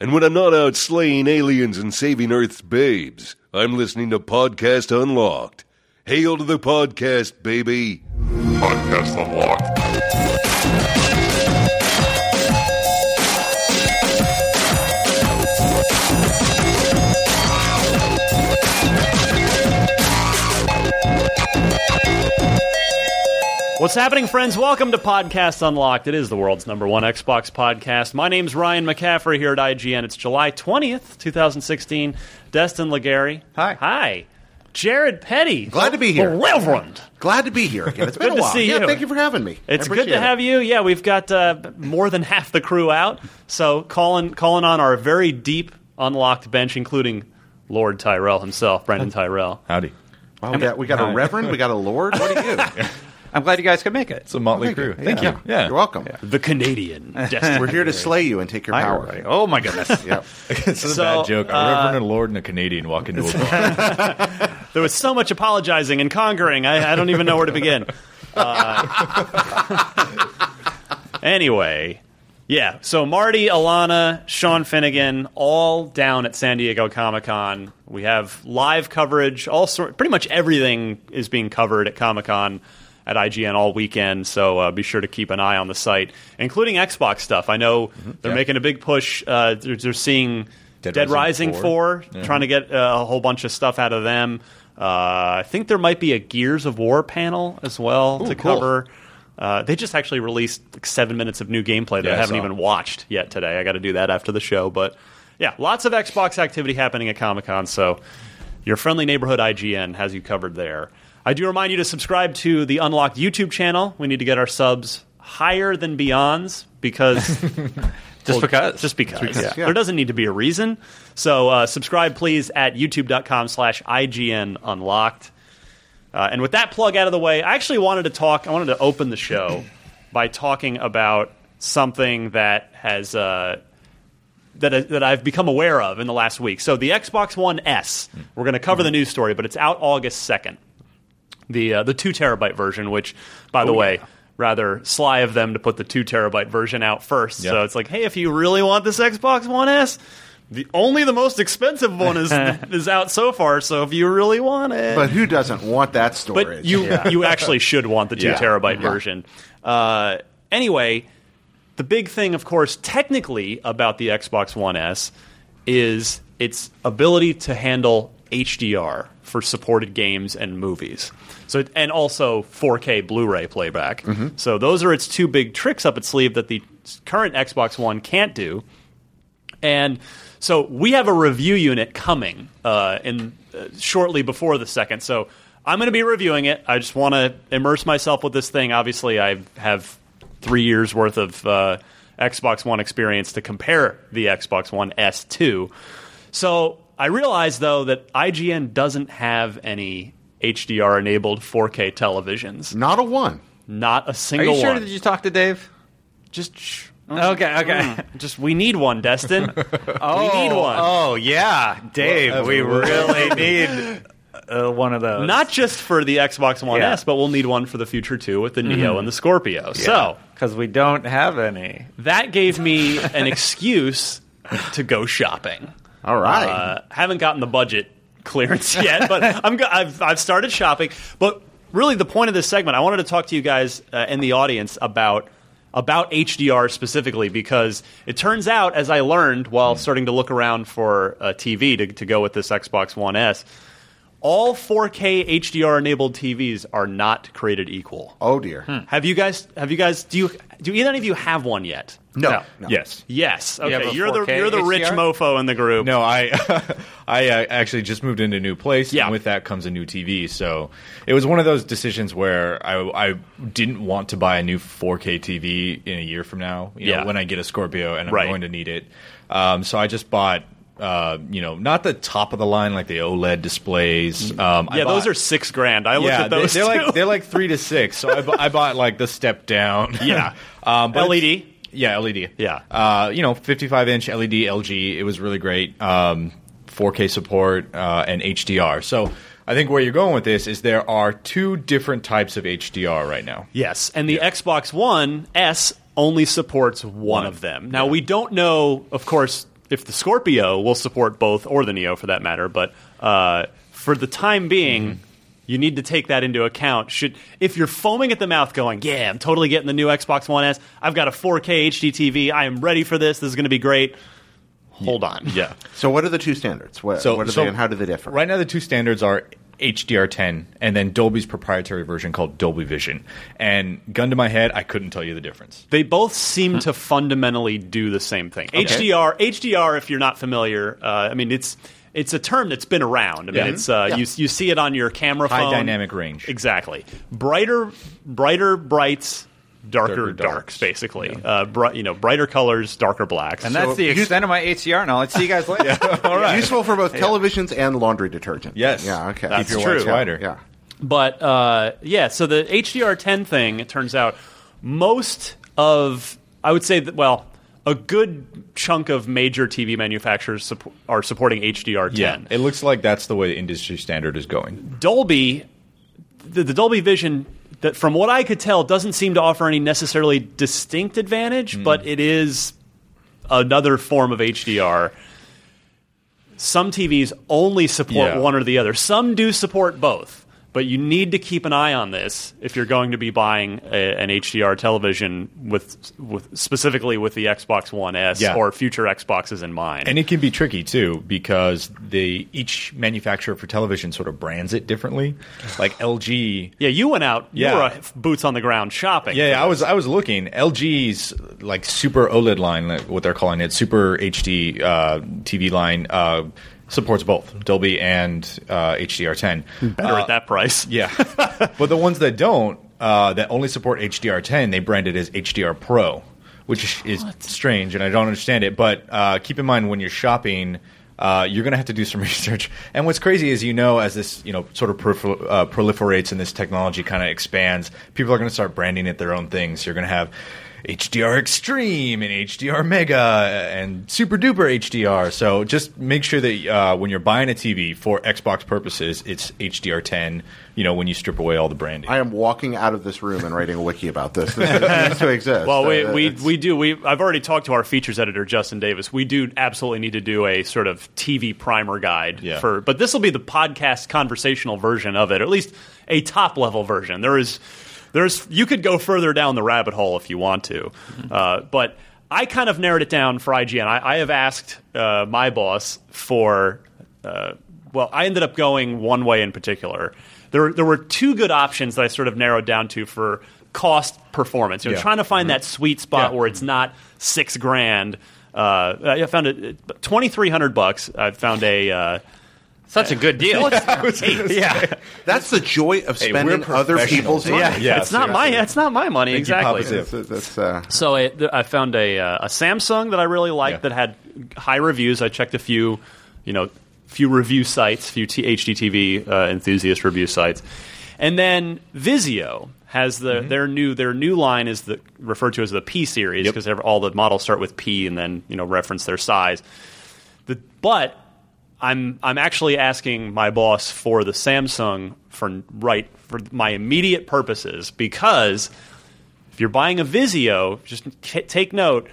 and when I'm not out slaying aliens and saving Earth's babes, I'm listening to Podcast Unlocked. Hail to the podcast, baby! Podcast Unlocked. What's happening, friends? Welcome to Podcast Unlocked. It is the world's number one Xbox podcast. My name's Ryan McCaffrey here at IGN. It's July 20th, 2016. Destin Legary. Hi. Hi. Jared Petty. Glad to be here. The Reverend. Glad to be here again. It's been Good a to while. see yeah, you. thank you for having me. It's good to have you. Yeah, we've got uh, more than half the crew out. So calling calling on our very deep unlocked bench, including Lord Tyrell himself, Brendan Tyrell. Howdy. Wow, we got, we got a reverend. We got a lord. What do you? I'm glad you guys could make it. It's a motley Thank crew. you. Thank Yeah. you. Yeah. You're welcome. The Canadian. Destin We're here to slay you and take your power. Right. Oh my goodness. uh, Yeah. This is a So, bad joke. A reverend, a lord, and a Canadian walk into a bar. There was so much apologizing and conquering. I, I don't even know where to begin. Uh, anyway, yeah. So Marty, Alana, Sean Finnegan, all down at San Diego Comic Con. We have live coverage. All sort, pretty much everything is being covered at Comic Con. At IGN all weekend, so uh, be sure to keep an eye on the site, including Xbox stuff. I know they're Yeah. making a big push. Uh, they're, they're seeing Mm-hmm. Dead, Rising, 4, trying to get uh, a whole bunch of stuff out of them. Uh, I think there might be a Gears of War panel as well to cool. cover. Uh, they just actually released like seven minutes of new gameplay that Yeah, I I haven't saw. even watched yet today. I got to do that after the show, but yeah, lots of Xbox activity happening at Comic Con. So your friendly neighborhood IGN has you covered there. I do remind you to subscribe to the Unlocked YouTube channel. We need to get our subs higher than Beyond's because Just because. just because. yeah. There doesn't need to be a reason. So uh, subscribe, please, at youtube.com slash IGN Unlocked. Uh, and with that plug out of the way, I actually wanted to talk, I wanted to open the show by talking about something that has. Uh, that, that I've become aware of in the last week. So the Xbox One S, we're going to cover the news story, but it's out August 2nd the uh, the two terabyte version, which, by the way, rather sly of them to put the two terabyte version out first. Yeah. So it's like, hey, if you really want this Xbox One S, the only the most expensive one is is out so far. So if you really want it, But who doesn't want that storage? but you you actually should want the two Yeah. terabyte version. Uh, anyway, the big thing, of course, technically about the Xbox One S is its ability to handle HDR for supported games and movies. So it- and also 4K Blu-ray playback. Mm-hmm. So those are its two big tricks up its sleeve that the current Xbox One can't do. And so we have a review unit coming uh, in uh, shortly before the second. So I'm going to be reviewing it. I just want to immerse myself with this thing. Obviously, I have three years worth of uh, Xbox One experience to compare the Xbox One S to. So I realized though that IGN doesn't have any HDR enabled 4K televisions. Not a one. Not a Are single you sure? one. Did you talk to Dave? Mm. just shh. Okay. Okay. just we need one, Destin. we need one. Oh yeah, Dave. we really need uh, one of those. Not just for the Xbox One Yeah. Mm-hmm. S, but we'll need one for the future too with the Neo and the Scorpio. So because we don't have any. that gave me an excuse to go shopping. All right. Uh, haven't gotten the budget clearance yet, but I'm go- I've, I've started shopping. But really, the point of this segment, I wanted to talk to you guys uh, in the audience about about HDR specifically because it turns out, as I learned while starting to look around for a TV to, to go with this Xbox One S, all 4K HDR enabled TVs are not created equal. oh dear. Have you guys? Have you guys? Do you? Do either of you have one yet? No, No. no. Yes. Yes. have Okay. a You are the 4K you're the rich HDR? mofo in the group. No, I I uh, actually just moved into a new place, Yeah. and with that comes a new TV. So it was one of those decisions where I, I didn't want to buy a new 4K TV in a year from now. You know, Yeah. when I get a Scorpio, and I'm Right. going to need it. Um, so I just bought. Uh, you know, not the top of the line like the OLED displays. Um, I Mm. Yeah, those bought- are six grand. I looked yeah, at those. they, are too. like they're like three to six. So I, bu- I bought like the step down. Yeah. E um, but it's- LED? Yeah, LED. Yeah. uh, you know, 55 inch E LED LG. It was really great. Um, 4K support uh, and HDR. So I think where you're going with this is there are two different types of HDR right now. yes, and the Xbox One S only supports one, of them. Now we don't know, of course, if the Scorpio will support both or the Neo for that matter. But uh, for the time being. You need to take that into account. Should if you're foaming at the mouth, going, "Yeah, I'm totally getting the new Xbox One S. I've got a 4K HD TV. I am ready for this. This is going to be great." Hold on. Yeah. So what are the two standards? What, what are they and how do they differ? Right now, the two standards are HDR10 and then Dolby's proprietary version called Dolby Vision. And gun to my head, I couldn't tell you the difference. They both Hmm. seem to fundamentally do the same thing. HDR, HDR. If you're not familiar, uh, I mean it's it's a term that's been around. I mean Yeah. it's uh, you you see it on your camera High phone. dynamic range. Exactly. Brighter, brighter brights, darker, Darker darks, darks. Basically, uh, bri- you know, brighter colors, darker blacks. And that's the extent of my HDR knowledge. See you guys later. All right. Useful for both televisions and laundry detergent. Yes. Yeah. Okay. Keep your true. whites wider. Yeah. But uh, yeah, so the HDR10 thing, it turns out most of, I would say that, well, a good chunk of major TV manufacturers supp- are supporting HDR10. It looks like that's the way the industry standard is going. Dolby, the, the Dolby Vision, that from what I could tell, doesn't seem to offer any necessarily distinct advantage, Hmm. but it is another form of HDR. Some TVs only support Yeah. one or the other. Some do support both, but you need to keep an eye on this if you're going to be buying a, an HDR television with, with specifically with the Xbox One S Yeah. or future Xboxes in mind. And it can be tricky too because they each manufacturer for television sort of brands it differently. Like LG yeah, you went out. You Yeah. were a boots on the ground shopping. Yeah, yeah, I was I was looking LG's like super OLED line, like what they're calling it, super HD uh, TV line uh, supports both Dolby and uh, HDR10. better at that price. Yeah, but the ones that don't, uh, that only support HDR10, they brand it as HDR Pro, which is strange, and I don't understand it. But uh, keep in mind when you're shopping. Uh, you're going to have to do some research, and what's crazy is, you know, as this you know sort of prolifer- uh, proliferates and this technology kind of expands, people are going to start branding it their own things. You're going to have HDR Extreme and HDR Mega and Super Duper HDR. So just make sure that uh, when you're buying a TV for Xbox purposes, it's HDR10. You know, when you strip away all the branding. I am walking out of this room and writing a wiki about this. This needs to exist. Well, we, Uh, we, it's- we do. We I've already talked to our features editor Justin Davis. We do absolutely need to do a sort of TV primer guide Yeah. for, but this will be the podcast conversational version of it, or at least a top level version. There is, there's you could go further down the rabbit hole if you want to, Mm-hmm. uh, but I kind of narrowed it down for IGN. I, I have asked uh, my boss for. Uh, well, I ended up going one way in particular. There, there were two good options that I sort of narrowed down to for cost performance. You know, Yeah. Mm-hmm. trying to find that sweet spot Yeah. where it's not six grand. Uh, I found it twenty three hundred bucks. I found a uh, Such a good Oh, deal. yeah. That's the joy of we're spending other people's money. Yeah. Yeah, it's not my it's not my money exactly. positive. That's- that's, uh, So I, th- I found a uh, a Samsung that I really liked Yeah. that had high reviews. I checked a few, you know, few review sites, few t- HDTV uh, enthusiast review sites, and then Vizio has the their new their new line is the referred to as the P series because all the models start with P and then you know reference their size. The, but I'm I'm actually asking my boss for the Samsung for right for my immediate purposes because if you're buying a Vizio, just k- take note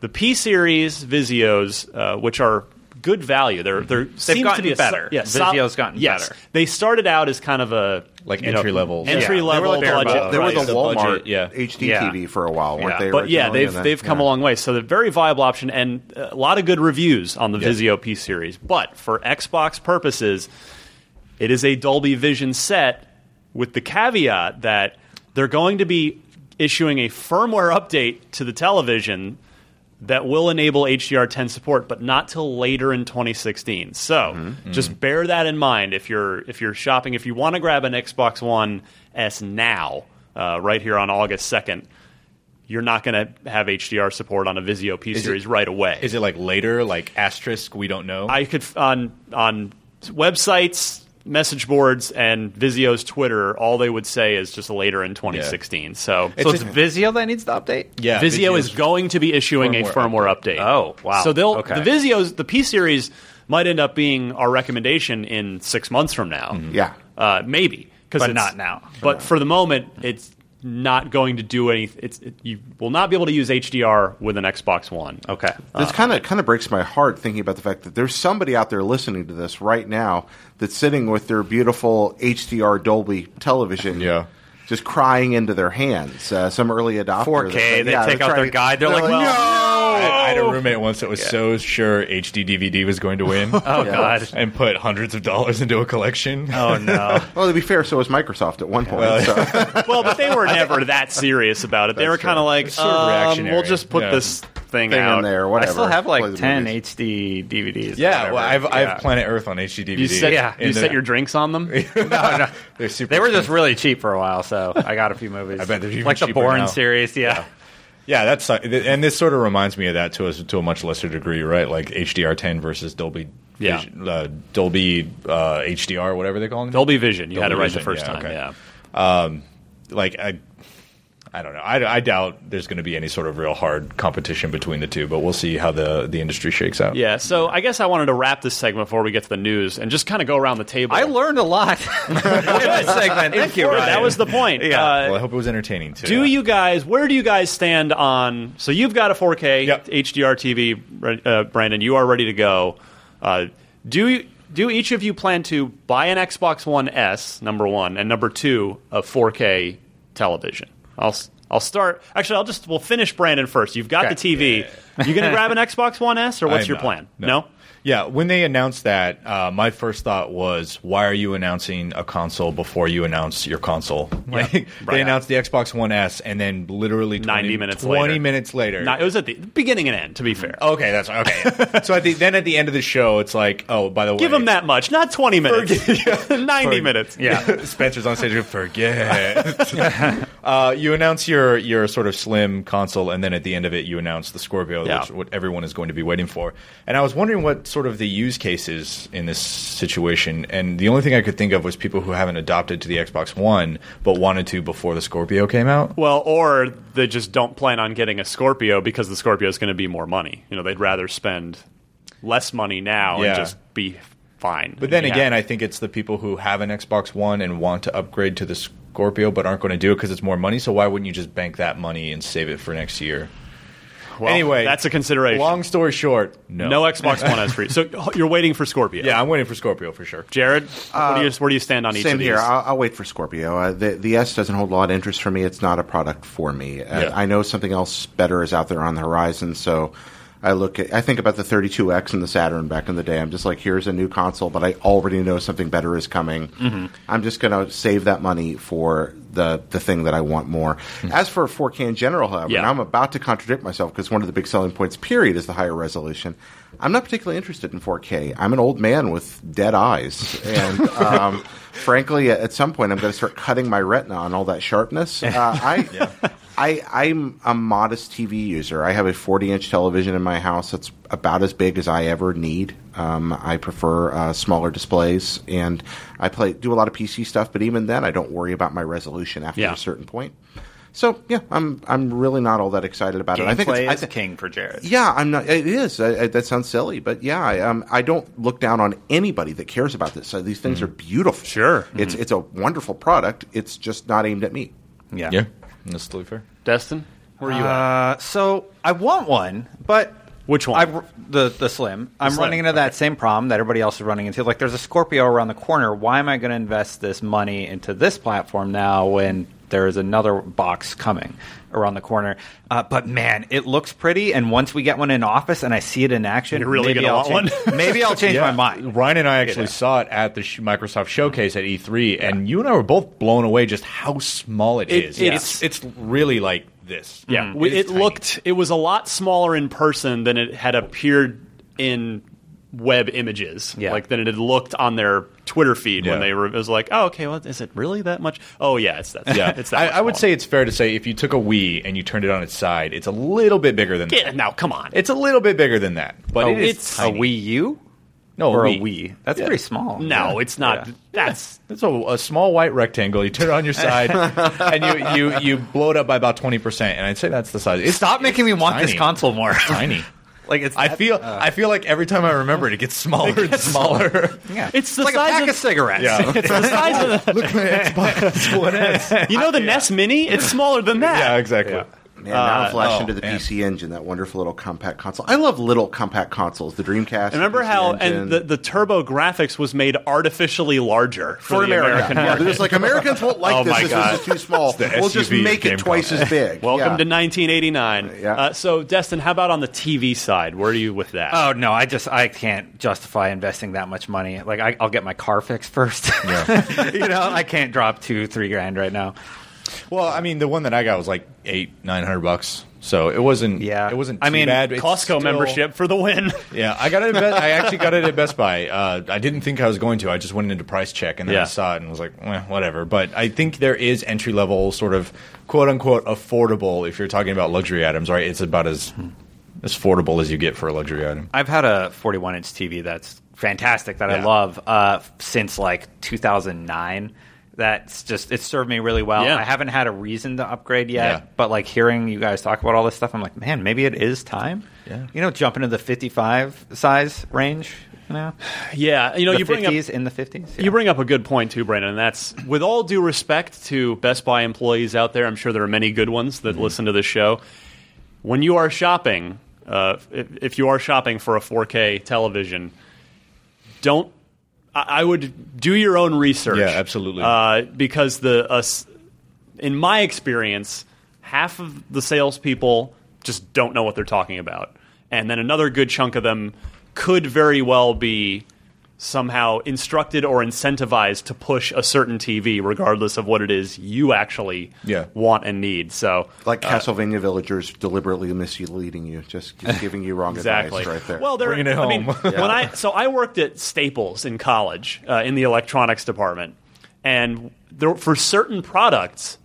the P series Vizios, uh, which are good value, they're they're seems to gotten be so- better. Vizio's gotten yes. better. They started out as kind of a Like you know, entry-level. entry Yeah. level They were like the- budget. They were price. the Walmart budget, yeah. HD Yeah. TV for a while, weren't Yeah. they? But yeah, originally? they've And then- they've come a yeah. long way. So they're very viable option and a lot of good reviews on the Vizio P series. But for Xbox purposes, it is a Dolby Vision set with the caveat that they're going to be issuing a firmware update to the television that will enable HDR10 support, but not till later in 2016. So Mm-hmm. just bear that in mind if you're if you're shopping. If you want to grab an Xbox One S now, uh, right here on August 2nd, you're not going to have HDR support on a Vizio P series right away. Is it like later, like asterisk? We don't know. I could f- on on websites, message boards, and Vizio's Twitter. All they would say is just later in 2016. So. So it's Vizio that needs the update. yeah, Vizio is Vizio's- going to be issuing a firmware firmware update. Oh, wow. So they'll Okay. the Vizio's the P series might end up being our recommendation in six months from now. Yeah. uh, maybe because Mm-hmm. But not now. But for the moment, it's not going to do anything. It's it, you will not be able to use HDR with an Xbox One. Uh, Okay. This kind of kind of breaks my heart thinking about the fact that there's somebody out there listening to this right now that's sitting with their beautiful HDR Dolby television, Yeah. just crying into their hands. Uh, some early adopters, 4K, they take out their guide, they're like, no, I, I Oh! had a roommate once that was so sure HD DVD was going to win. oh God. And put hundreds of dollars into a collection. Oh no. Well, to be fair, so was Microsoft at one point. so. well, but they were never that serious about it. They were kind of like, It's sort of um, reactionary. we'll just put Yeah. this thing, Thing in out there, whatever. I still have Play like the ten movies. HD DVDs. or yeah, well, whatever. I've, I Yeah. have Planet Earth on HD DVD. You set, Yeah. you And set they're- your drinks on them. They're super They were just expensive. really cheap for a while, so I got a few movies. I bet they're even like the cheaper Bourne now. series. Yeah. Yeah, that's uh, and this sort of reminds me of that to us to a much lesser degree, right? Like HDR10 versus Dolby, Yeah. Vision- uh, Dolby uh, HDR, whatever they call it. Dolby Vision. You had it Dolby right Vision, the first yeah, time. okay. Yeah. Like I, I don't know. I, I doubt there's going to be any sort of real hard competition between the two, but we'll see how the the industry shakes out. Yeah. So I guess I wanted to wrap this segment before we get to the news and just kind of go around the table. I learned a lot in this segment. Thank you. Sure, Ryan. that was the point. Yeah. Uh, Well, I hope it was entertaining too. do you guys? Where do you guys stand on? So you've got a 4K Yep. HDR TV, re- uh, Brandon. You are ready to go. Uh, do you, do each of you plan to buy an Xbox One S? Number one and number two, a 4K television. I'll s- I'll start. Actually, I'll just we'll finish Brandon first. You've got Okay. the TV. You gonna grab an Xbox One S or what's I'm your not. plan? no? Yeah, when they announced that, uh, my first thought was, why are you announcing a console before you announce your console? Like right. they announced the Xbox One S, and then literally 20, 90 minutes 20 later. minutes later, Not- it was at the beginning and end. To Mm-hmm. be fair, Okay, that's okay. so at the then at the end of the show, it's like, oh, by the way, give them that much, not twenty minutes, ninety For- minutes. Yeah, Spencer's on stage. Forget. uh, you announce your your sort of slim console, and then at the end of it, you announce the Scorpio, Yeah. which what everyone is going to be waiting for. And I was wondering what sort of the use case is in this situation. And the only thing I could think of was people who haven't adopted to the Xbox One but wanted to before the Scorpio came out. Well, or they just don't plan on getting a Scorpio because the Scorpio is going to be more money. You know, they'd rather spend less money now Yeah. and just be fine. But then again, I think it's the people who have an Xbox One and want to upgrade to the Scorpio but aren't going to do it because it's more money. So why wouldn't you just bank that money and save it for next year? Well, anyway, that's a consideration. Long story short, no. no. Xbox One S free. So you're waiting for Scorpio. yeah, I'm Uh, waiting for Scorpio for sure. Jared, where, do you, where do you stand on each Same of these? here. I'll, I'll wait for Scorpio. Uh, the, the S doesn't hold a lot of interest for me. It's not a product for me. Uh, Yeah. I know something else better is out there on the horizon, so I look at. I think about the 32X and the Saturn back in the day. I'm just like, here's a new console, but I already know something better is coming. Mm-hmm. I'm just going to save that money for the the thing that I want more. As for 4K in general, however, Mm-hmm. Yeah. and I'm about to contradict myself because one of the big selling points, period, is the higher resolution. I'm not particularly interested in 4K. I'm an old man with dead eyes, and um, frankly, at some point, I'm going to start cutting my retina on all that sharpness. Uh, I, I, I'm a modest TV user. I have a 40 inch television in my house that's about as big as I ever need. Um, I prefer uh, smaller displays, and I play do a lot of PC stuff. But even then, I don't worry about my resolution after Yeah. a certain point. So yeah, I'm I'm really not all that excited about it. I think it's, Gameplay I is thi- king for Jared. yeah, I'm not. It is. I, I, that sounds silly, but yeah, I, um, I don't look down on anybody that cares about this. So these things are beautiful. Mm-hmm. Sure. Mm-hmm. it's it's a wonderful product. It's just not aimed at me. Yeah. Yeah, that's totally fair. Destin, where are you at? Uh, so I want one, but Which one? I, the the slim. I'm Slim, running into that same problem that everybody else is running into. Like, there's a Scorpio around the corner. Why am I going to invest this money into this platform now when there is another box coming around the corner? Uh, but man, it looks pretty. And once we get one in office and I see it in action, You're really maybe gonna I'll want change- one? maybe I'll change my mind. Ryan and I actually saw it at the sh- Microsoft showcase at E3, and you and I were both blown away just how small It- it is. it's- It's, it's really like this. Yeah, Mhm. we, is it tiny. looked it was a lot smaller in person than it had appeared in web images. Yeah. like than it had looked on their Twitter feed when Yeah. they were. It was like, oh, okay, well, is it really that much? Oh, yeah, it's that. Yeah, it's that. I, much I would smaller. say it's fair to say if you took a Wii and you turned it on its side, it's a little bit bigger than yeah. that. Now, come on, Oh, It's a little bit bigger than that, but A- it is it's Oh, tiny. a Wii U no, or Wii. a Wii. That's pretty small. no, it's not. That's That's a, a small white rectangle. You turn it on your side, and you, you, you blow it up by about twenty percent. And I'd say that's the size. It's Stop making me want this tiny. console more. tiny. like it's I feel I feel like every time I remember it, it gets smaller and smaller. yeah. It's the like size a pack of- of, cigarettes. Yeah. it's the size of the, Xbox One S. you know the Nest Mini. It's smaller than that. Yeah, exactly. Man, now Uh, I'm flashing oh, to the man. PC Engine, that wonderful little compact console. I love little compact consoles. The Dreamcast. And Remember PC how Engine. and the, the turbo graphics was made artificially larger for, the American, Yeah, market. they're just like Americans won't like Oh this. my This God. is too small. the We'll just SUV of make it Gamecom. twice as big. Welcome Yeah. to 1989. Yeah. Uh, so, Destin, how about on the TV side? Where are you with that? Oh no, I just I can't justify investing that much money. Like I, I'll get my car fixed first. you know, I can't drop two, three grand right now. Well, I mean, the one that I got was like eight, nine hundred bucks. So it wasn't. Yeah. it wasn't. I too mean, bad. It's Costco still- membership for the win. Yeah, I got it. At Best, I actually got it at Best Buy. Uh, I didn't think I was going to. I just went into price check and then Yeah. I saw it and was like, eh, whatever. But I think there is entry level, sort of quote unquote affordable. If you're talking about luxury items, right? It's about as as affordable as you get for a luxury item. I've had a 41 inch TV that's fantastic that I Yeah. love uh, since like 2009. That's just it served me really well. Yeah. I haven't had a reason to upgrade yet, Yeah. but like hearing you guys talk about all this stuff, I'm like, man, maybe it is time. Yeah. you know, jump into the 55 size range. You know, yeah, you know, the you bring 50s up. in the 50s. You bring up a good point too, Brandon, and that's with all due respect to Best Buy employees out there. I'm sure there are many good ones Mm-hmm. that listen to this show. When you are shopping, uh, if, if you are shopping for a 4K television, don't. I, I would do your own research. Yeah, absolutely. Uh, because the uh, s- in my experience, half of the salespeople just don't know what they're talking about, and then another good chunk of them could very well be somehow instructed or incentivized to push a certain TV, regardless of what it is you actually Yeah. want and need. So like Castlevania villagers deliberately misleading you, just, just giving you wrong exactly advice right there. Well, there, Bringing it I mean, home. when I so I worked at Staples in college uh, in the electronics department, and there, for certain products,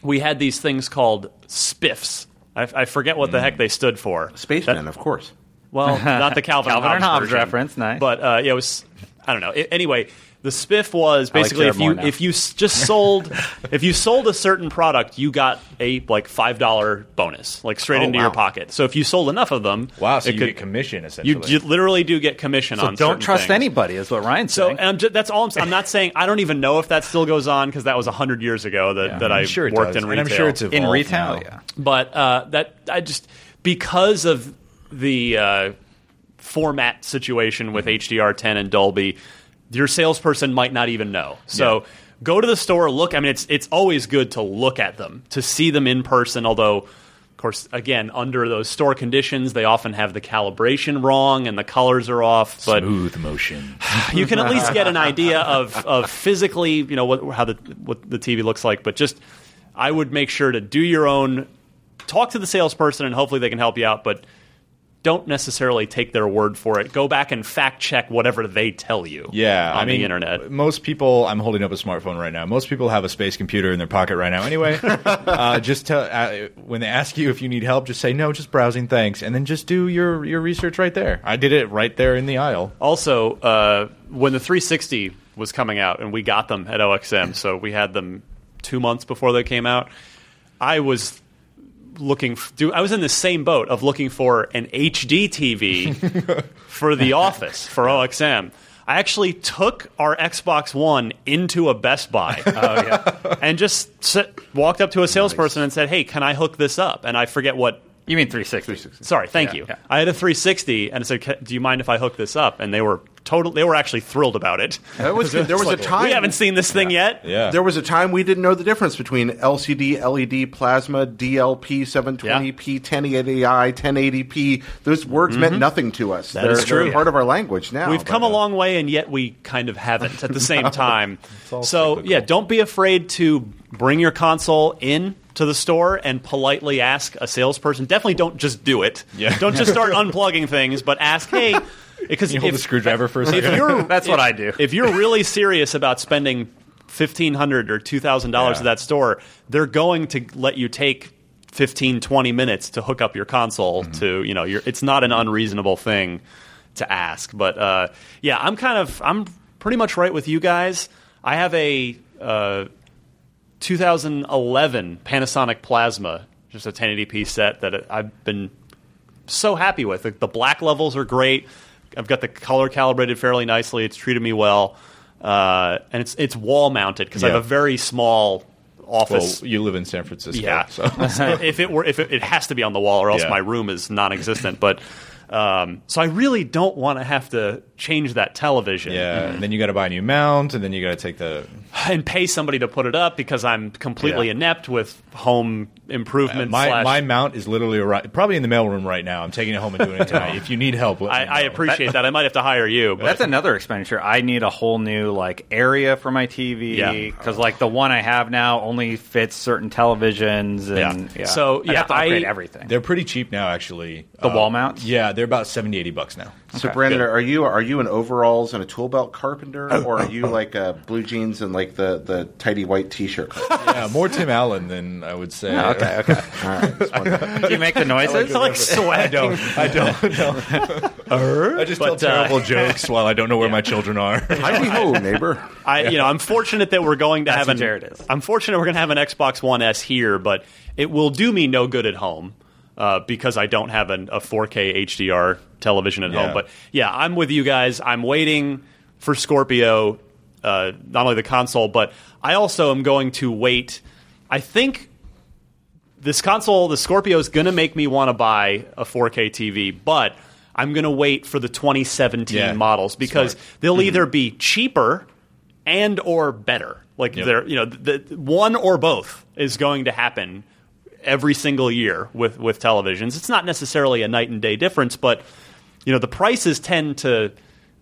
we had these things called spiffs. I, I forget what the heck they stood for. spacemen, of course. Well, not the Calvin, Calvin and and Hobbes version. reference, nice. But uh, yeah, it was I don't know. I anyway, the spiff was basically Jared if you more now. if you s- just sold if you sold a certain product, you got a like five dollar bonus, like straight Oh, into wow. your pocket. So if you sold enough of them, Wow, so it you could- get commission you, essentially. you literally do get commission so on. don't certain trust things. anybody, is what Ryan's So saying. and I'm just, that's all I'm. s- I'm not saying I don't even know if that still goes on because that was hundred years ago that, that I I'm sure it worked does, in and retail. I'm sure it's in evolved retail, now. yeah. but uh, that I just because of the uh, format situation with HDR10 and Dolby, your salesperson might not even know. So go to the store, look. I mean, it's it's always good to look at them to see them in person. Although, of course, again under those store conditions, they often have the calibration wrong and the colors are off. But Smooth motion. you can at least get an idea of, of physically, you know, what, how the what the TV looks like. But just, I would make sure to do your own, talk to the salesperson, and hopefully they can help you out. But don't necessarily take their word for it. Go back and fact check whatever they tell you. Yeah, on I mean, the internet. Most people, I'm holding up a smartphone right now. Most people have a space computer in their pocket right now. Anyway, uh, just tell uh, when they ask you if you need help, just say no, just browsing, thanks, and then just do your your research right there. I did it right there in the aisle. Also, uh, when the 360 was coming out, and we got them at OXM, so we had them two months before they came out. I was looking f- do I was in the same boat of looking for an HD TV for the office for OXM. I actually took our Xbox One into a Best Buy and just s- walked up to a salesperson and said, "Hey, can I hook this up?" And I forget what You mean 360? Sorry, thank you. yeah. I had a 360 and I said, "Ca- "Do you mind if I hook this up?" And they were total. They were actually thrilled about it. That was, there was a time we haven't seen this thing yet. Yeah. There was a time we didn't know the difference between LCD, LED, E plasma, DLP, 720p, 1080i, 1080p. Those words meant nothing to us. That they're, Mm-hmm. is true. they're part of our language now. We've come but, a uh, long way, and yet we kind of haven't at the same time. So yeah, don't be afraid to bring your console in to the store and politely ask a salesperson. Definitely don't just do it. Yeah. Don't just start unplugging things, but ask, hey, because you hold if, the screwdriver for a second. you're- That's what if- I do. If you're really serious about spending fifteen hundred or two thousand dollars Yeah. at that store, they're going to let you take 15, 20 minutes to hook up your console Mm-hmm. to you know. Your, it's not an unreasonable thing to ask, but uh, yeah, I'm kind of I'm pretty much right with you guys. I have a uh, 2011 Panasonic Plasma, just a 1080p set that I've been so happy with. The, the black levels are great. I've got the color calibrated fairly nicely. It's treated me well, uh, and it's it's wall mounted because I Yeah. have a very small well, office. you live in San Francisco. yeah, So. if it were if it, it has to be on the wall, or else Yeah. my room is non-existent. But um, so I really don't want to have to change that television. Yeah. and Then you got to buy a new mount, and then you got to take the. and pay somebody to put it up because I'm completely Yeah. inept with home improvement. My slash, my mount is literally arri- probably in the mailroom right now. I'm taking it home and doing it tonight. if you need help, let I, me I know. appreciate that. I might have to hire you. But That's another expenditure. I need a whole new like area for my TV Yeah. because like the one I have now only fits certain televisions and Yeah. So, I yeah, have to upgrade I- everything. They're pretty cheap now, actually. Uh, The wall mounts? Yeah, they're about 70, 80 bucks now. So, Brandon, are you are you an overalls and a tool belt carpenter, Oh, or are you like uh, blue jeans and like the, the tidy white t shirt? yeah, Uh, more Tim Allen than I would say. okay, okay. All right, just wondering. Do you make the noises? it's like I sweat. don't. I don't. No. I just But, tell uh, terrible jokes while I don't know where my children are. Hidey ho, neighbor. I, you know, I'm fortunate that we're going to have what an. Jared is. I'm fortunate we're going to have an Xbox One S here, but it will do me no good at home uh, because I don't have an, a 4K HDR television at home. Yeah. But yeah, I'm with you guys. I'm waiting for Scorpio, uh, not only the console, but I also am going to wait. I think this console, the Scorpio, is going to make me want to buy a 4K TV, but I'm going to wait for the 2017 Yeah. Mm-hmm. models because they'll either be cheaper and or better. Like Yep. they're you know the, the- one or both is going to happen every single year with with televisions. It's not necessarily a night and day difference, but you know the prices tend to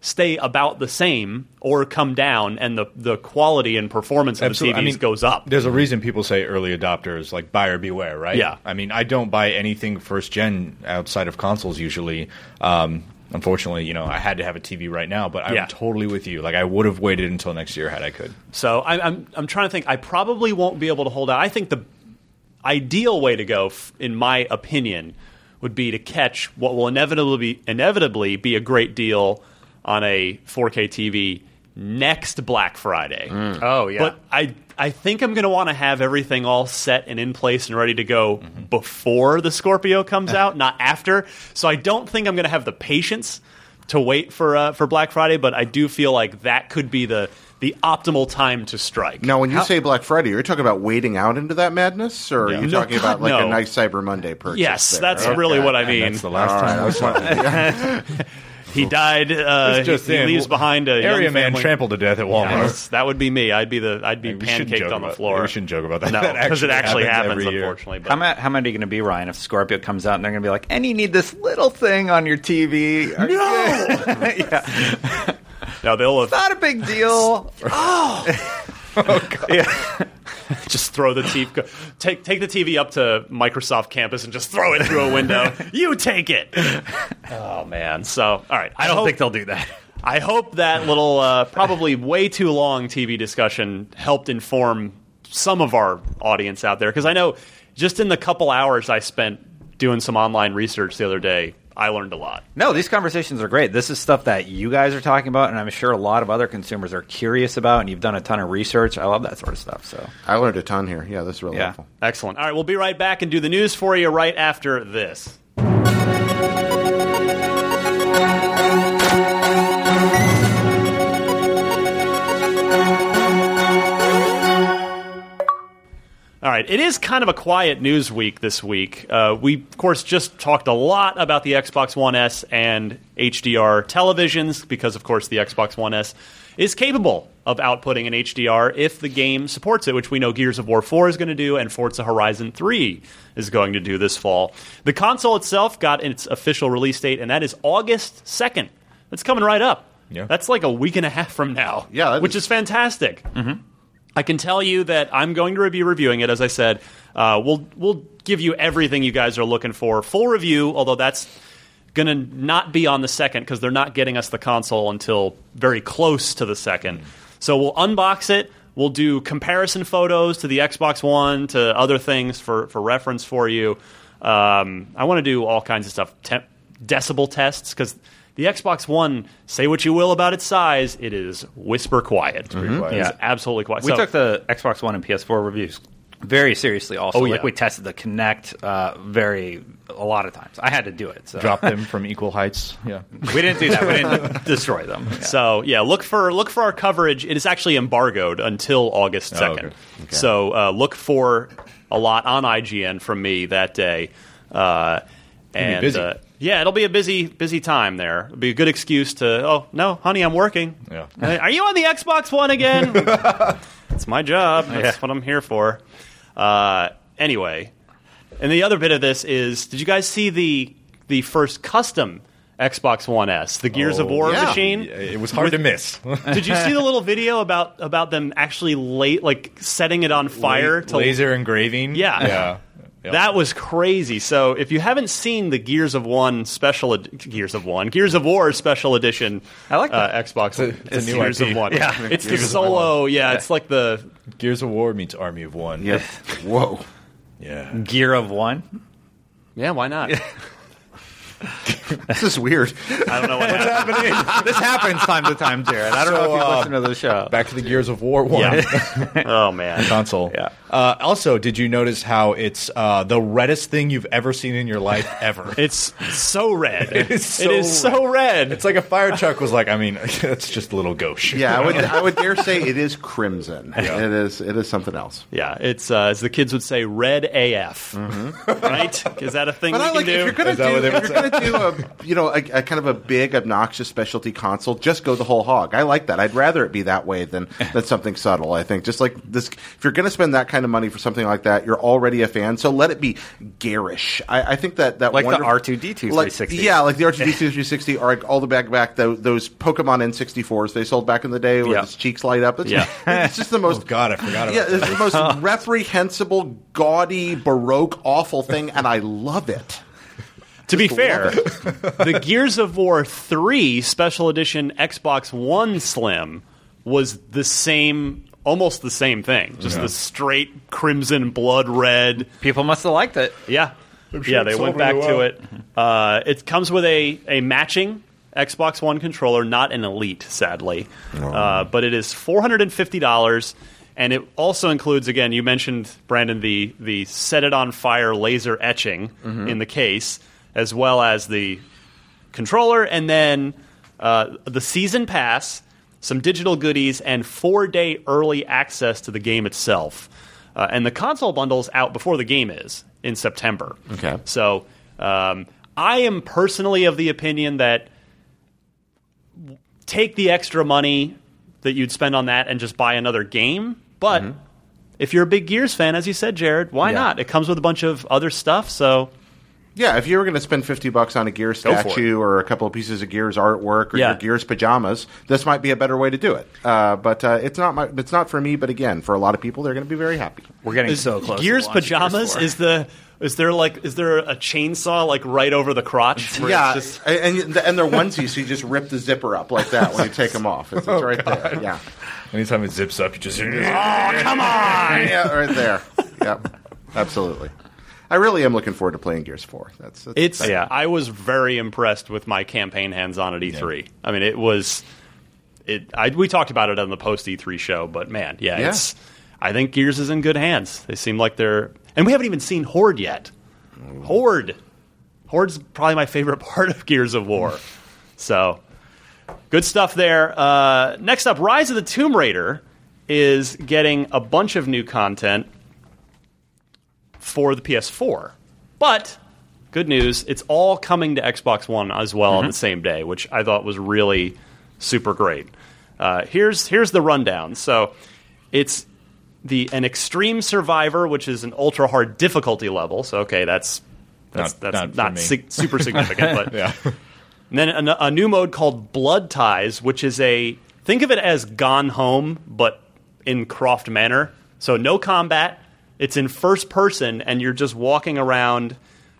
stay about the same or come down, and the the quality and performance of Absolutely. the TVs goes up. There's a reason people say early adopters, like buyer beware, right? Yeah. I mean, I don't buy anything first gen outside of consoles usually. Um, unfortunately, you know, I had to have a TV right now, but I'm Yeah. totally with you. Like, I would have waited until next year had I could. So I, I'm I'm trying to think. I probably won't be able to hold out. I think the ideal way to go, f- in my opinion, would be to catch what will inevitably be, inevitably be a great deal on a 4K TV next Black Friday. Oh yeah. But I I think I'm going to want to have everything all set and in place and ready to go Mm-hmm. before the Scorpio comes out, not after. So I don't think I'm going to have the patience to wait for uh, for Black Friday, but I do feel like that could be the the optimal time to strike. Now, when you say Black Friday, you're talking about wading out into that madness, or are you No, talking about God, like no. a nice Cyber Monday purchase? Yes, there? that's Okay. really what I mean. That's the last time. All right, I was He died. Uh, It's just he, he in. leaves behind a Area young man family. trampled to death at Walmart. Yes, that would be me. I'd be the. I'd be We shouldn't joke pancaked on the about- floor. we shouldn't joke about that. No, That because it actually actually happens happens, every year. unfortunately. But How many, how many are you going to be, Ryan, if Scorpio comes out and they're going to be like, and you need this little thing on your TV? Are you good?" yeah. no, they'll have- Not a big deal. just throw the TV. go- Take take the TV up to Microsoft campus and just throw it through a window. you take it. Oh man. So all right. I, I don't hope, think they'll do that. I hope that little uh, probably way too long TV discussion helped inform some of our audience out there because I know just in the couple hours I spent doing some online research the other day, I learned a lot. No, these conversations are great. This is stuff that you guys are talking about, and I'm sure a lot of other consumers are curious about, and you've done a ton of research. I love that sort of stuff. So, I learned a ton here. Yeah, this is really yeah. helpful. Excellent. All right, we'll be right back and do the news for you right after this. All right, it is kind of a quiet news week this week. Uh, we, of course, just talked a lot about the Xbox One S and HDR televisions because, of course, the Xbox One S is capable of outputting an HDR if the game supports it, which we know Gears of War 4 is going to do and Forza Horizon 3 is going to do this fall. The console itself got its official release date, and that is August 2nd. That's coming right up. Yeah. That's like a week and a half from now, Yeah, that which is- is fantastic. I can tell you that I'm going to be reviewing it. As I said, uh, we'll we'll give you everything you guys are looking for, full review. Although that's going to not be on the second because they're not getting us the console until very close to the second. So we'll unbox it. We'll do comparison photos to the Xbox One to other things for for reference for you. Um, I want to do all kinds of stuff, temp, decibel tests because. The Xbox One, say what you will about its size, it is whisper quiet. It's Mm-hmm. pretty quiet. Yeah. absolutely quiet. we So- took the Xbox One and PS4 reviews very seriously, also. Oh, yeah. Like, we tested the Kinect uh, very, a lot of times. I had to do it. So. Drop them from equal heights. Yeah. We didn't do that. We didn't destroy them. Yeah. So yeah, look for look for our coverage. It is actually embargoed until August Oh, second. okay. Okay. So uh, look for a lot on IGN from me that day. Uh, and busy. Uh, yeah, it'll be a busy busy time there. It'll be a good excuse to oh no, honey, I'm working. Yeah. Uh, Are you on the Xbox One again? it's my job. That's what I'm here for. Uh, anyway, and the other bit of this is, did you guys see the the first custom Xbox One S, the Gears of Oh, War yeah. machine? It was hard to miss. Did you see the little video about about them actually late like setting it on fire to laser engraving. Yeah. Yeah. Yep. That was crazy. So if you haven't seen the Gears of One special ed- Gears of One Gears of War special edition, I like that. uh, Xbox. It's, a new Gears IP. of One. Yeah, it's the Gears of War. solo. Yeah, it's like the Gears of War meets Army of One. Yeah. Whoa. Yeah. Gear of One. yeah. Why not? This is weird. I don't know what happened. this happens time to time, Jared. I don't know if you uh, listen to the show. Back to the Gears of War one Yeah. oh man. console. Yeah. Uh, also, did you notice how it's uh, the reddest thing you've ever seen in your life ever? It's so red. It is so it is so red. it's like a fire truck was like, I mean, that's just a little gauche. Yeah, I would, I would dare say it is crimson. It is it is something else. Yeah, it's uh, as the kids would say, red AF. Right? Is that a thing But we I can like do? if you're gonna Is do that what they if would you're gonna do a you know a, a kind of a big obnoxious specialty console, just go the whole hog. I like that. I'd rather it be that way than than something subtle. I think just like this, if you're gonna spend that kind of money for something like that, you're already a fan, so let it be garish. I, I think that that Like the wonderful- R2D2 like- 360. yeah, like the R two D two three sixty or like all the back back tho- those Pokemon N sixty fours they sold back in the day where Yeah. its cheeks light up. It's, Yeah. it's just the most Oh, God, I forgot about yeah, that. it's the most reprehensible, gaudy, baroque, awful thing, and I love it. to be fair, the Gears of War 3 Special Edition Xbox One Slim was the same, almost the same thing. Just the straight crimson, blood red. People must have liked it. Yeah. yeah, they it went sold back really to well. it. Uh, it comes with a, a matching Xbox One controller, not an Elite, sadly. Uh, but it is $450. And it also includes, again, you mentioned, Brandon, the, the set it on fire laser etching in the case, as well as the controller, and then uh, the season pass, some digital goodies, and four day early access to the game itself. Uh, and the console bundle's out before the game is in September. Okay. So um, I am personally of the opinion that take the extra money that you'd spend on that and just buy another game. But if you're a big Gears fan, as you said, Jared, why Mm-hmm. Yeah. not? It comes with a bunch of other stuff. So Yeah, if you were going to spend fifty bucks on a Gear for it. statue or a couple of pieces of Gear's artwork or Yeah. your Gear's pajamas, this might be a better way to do it. Uh, but uh, it's not my, it's not for me. But again, for a lot of people, they're going to be very happy. We're getting so close. to Gears launch Gears pajamas 4. is the is there like is there a chainsaw like right over the crotch? where yeah, it's just- and and- and their onesies, so you just rip the zipper up like that when you take them off. It's, Oh, it's right there. Yeah, Anytime it zips up, you just. yeah, right there. Yep, absolutely. I really am looking forward to playing Gears Four. That's, that's It's Yeah. I was very impressed with my campaign hands-on at E3. I mean, it was it. I, we talked about it on the post E3 show, but man, yeah, it's. I think Gears is in good hands. They seem like they're, and we haven't even seen Horde yet. Horde, Horde's probably my favorite part of Gears of War. so, good stuff there. Uh, next up, Rise of the Tomb Raider is getting a bunch of new content for the PS4. But good news, it's all coming to Xbox One as well Mm-hmm. on the same day, which I thought was really super great. Uh, here's here's the rundown. So it's the an extreme survivor, which is an ultra hard difficulty level. So okay, that's that's Not- that's not for not, me. sig- super significant, but Yeah. and then a, a new mode called Blood Ties, which is a think of it as Gone Home, but in Croft Manor. So no combat. It's in first person, and you're just walking around,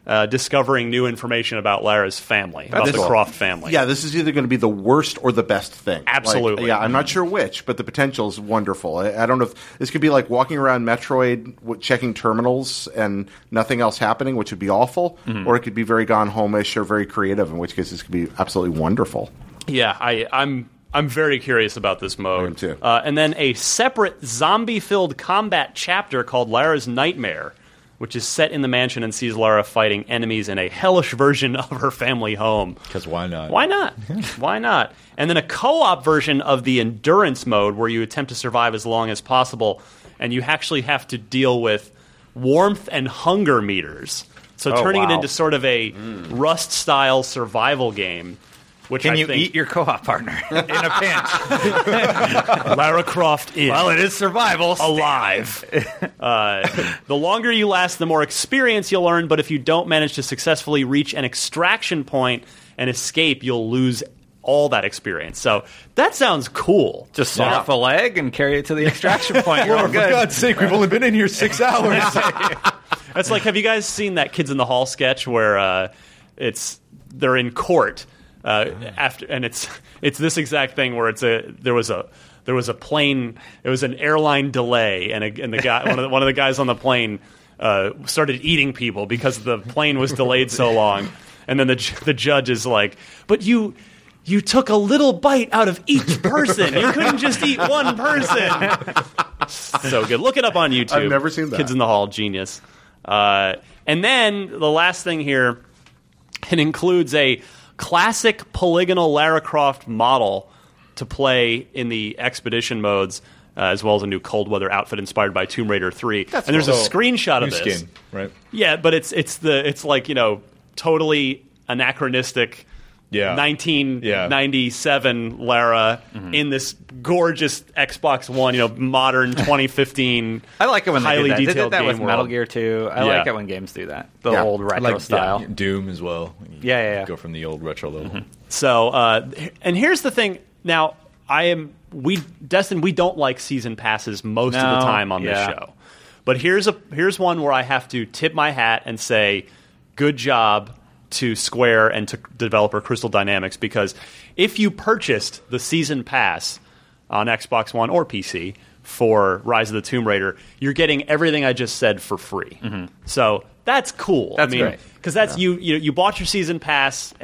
uh, discovering new information about Lara's family, about the cool. Croft family. Yeah, this is either going to be the worst or the best thing. Like, Absolutely. yeah, I'm not sure which, but the potential is wonderful. I, I don't know if this could be like walking around Metroid, w- checking terminals, and nothing else happening, which would be awful, Mm-hmm. or it could be very gone homeish or very creative, in which case this could be absolutely wonderful. Yeah, I, I'm I'm very curious about this mode. am too. Uh, and then a separate zombie-filled combat chapter called Lara's Nightmare, which is set in the mansion and sees Lara fighting enemies in a hellish version of her family home. Because why not? Why not? Why not? And then a co-op version of the endurance mode where you attempt to survive as long as possible and you actually have to deal with warmth and hunger meters. So turning it Oh, wow. Mm. into sort of a rust style survival game. Which Can I you think eat your co-op partner in a pinch? Lara Croft is well, it is survival. alive. uh, the longer you last, the more experience you'll earn, but if you don't manage to successfully reach an extraction point and escape, you'll lose all that experience. So that sounds cool. Just saw off a leg and carry it to the extraction point. You're all Lord, for good. God's sake, we've only been in here six hours. That's like, have you guys seen that Kids in the Hall sketch where uh, it's they're in court uh, after, and it's it's this exact thing where it's a there was a there was a plane, it was an airline delay, and a, and the guy one of the, one of the guys on the plane uh, started eating people because the plane was delayed so long, and then the ju- the judge is like, but you. You took a little bite out of each person. You couldn't just eat one person. So good. Look it up on YouTube. I've never seen that. Kids in the Hall, genius. Uh, and then the last thing here, it includes a classic polygonal Lara Croft model to play in the expedition modes, uh, as well as a new cold weather outfit inspired by Tomb Raider Three. and there's a So, screenshot new of this. skin, right? Yeah, but it's it's the it's like you know totally anachronistic. Yeah. 1997 Lara in this gorgeous Xbox One, you know, modern 2015. I like it when highly they do that. They did detailed that game with Metal world. Gear 2. I Yeah. like it when games do that. The Yeah. old retro style. yeah, Doom as well. You Yeah, yeah, Mm-hmm. yeah. Go from the old retro level. So, uh, and here's the thing. Now, I am we Destin. We don't like season passes most of No, the time on yeah. this show. But here's a here's one where I have to tip my hat and say, good job to Square and to developer Crystal Dynamics because if you purchased the season pass on Xbox One or PC for Rise of the Tomb Raider, you're getting everything I just said for free. So that's cool. Mm-hmm. I That's mean, great. because that's you, you you bought your season pass.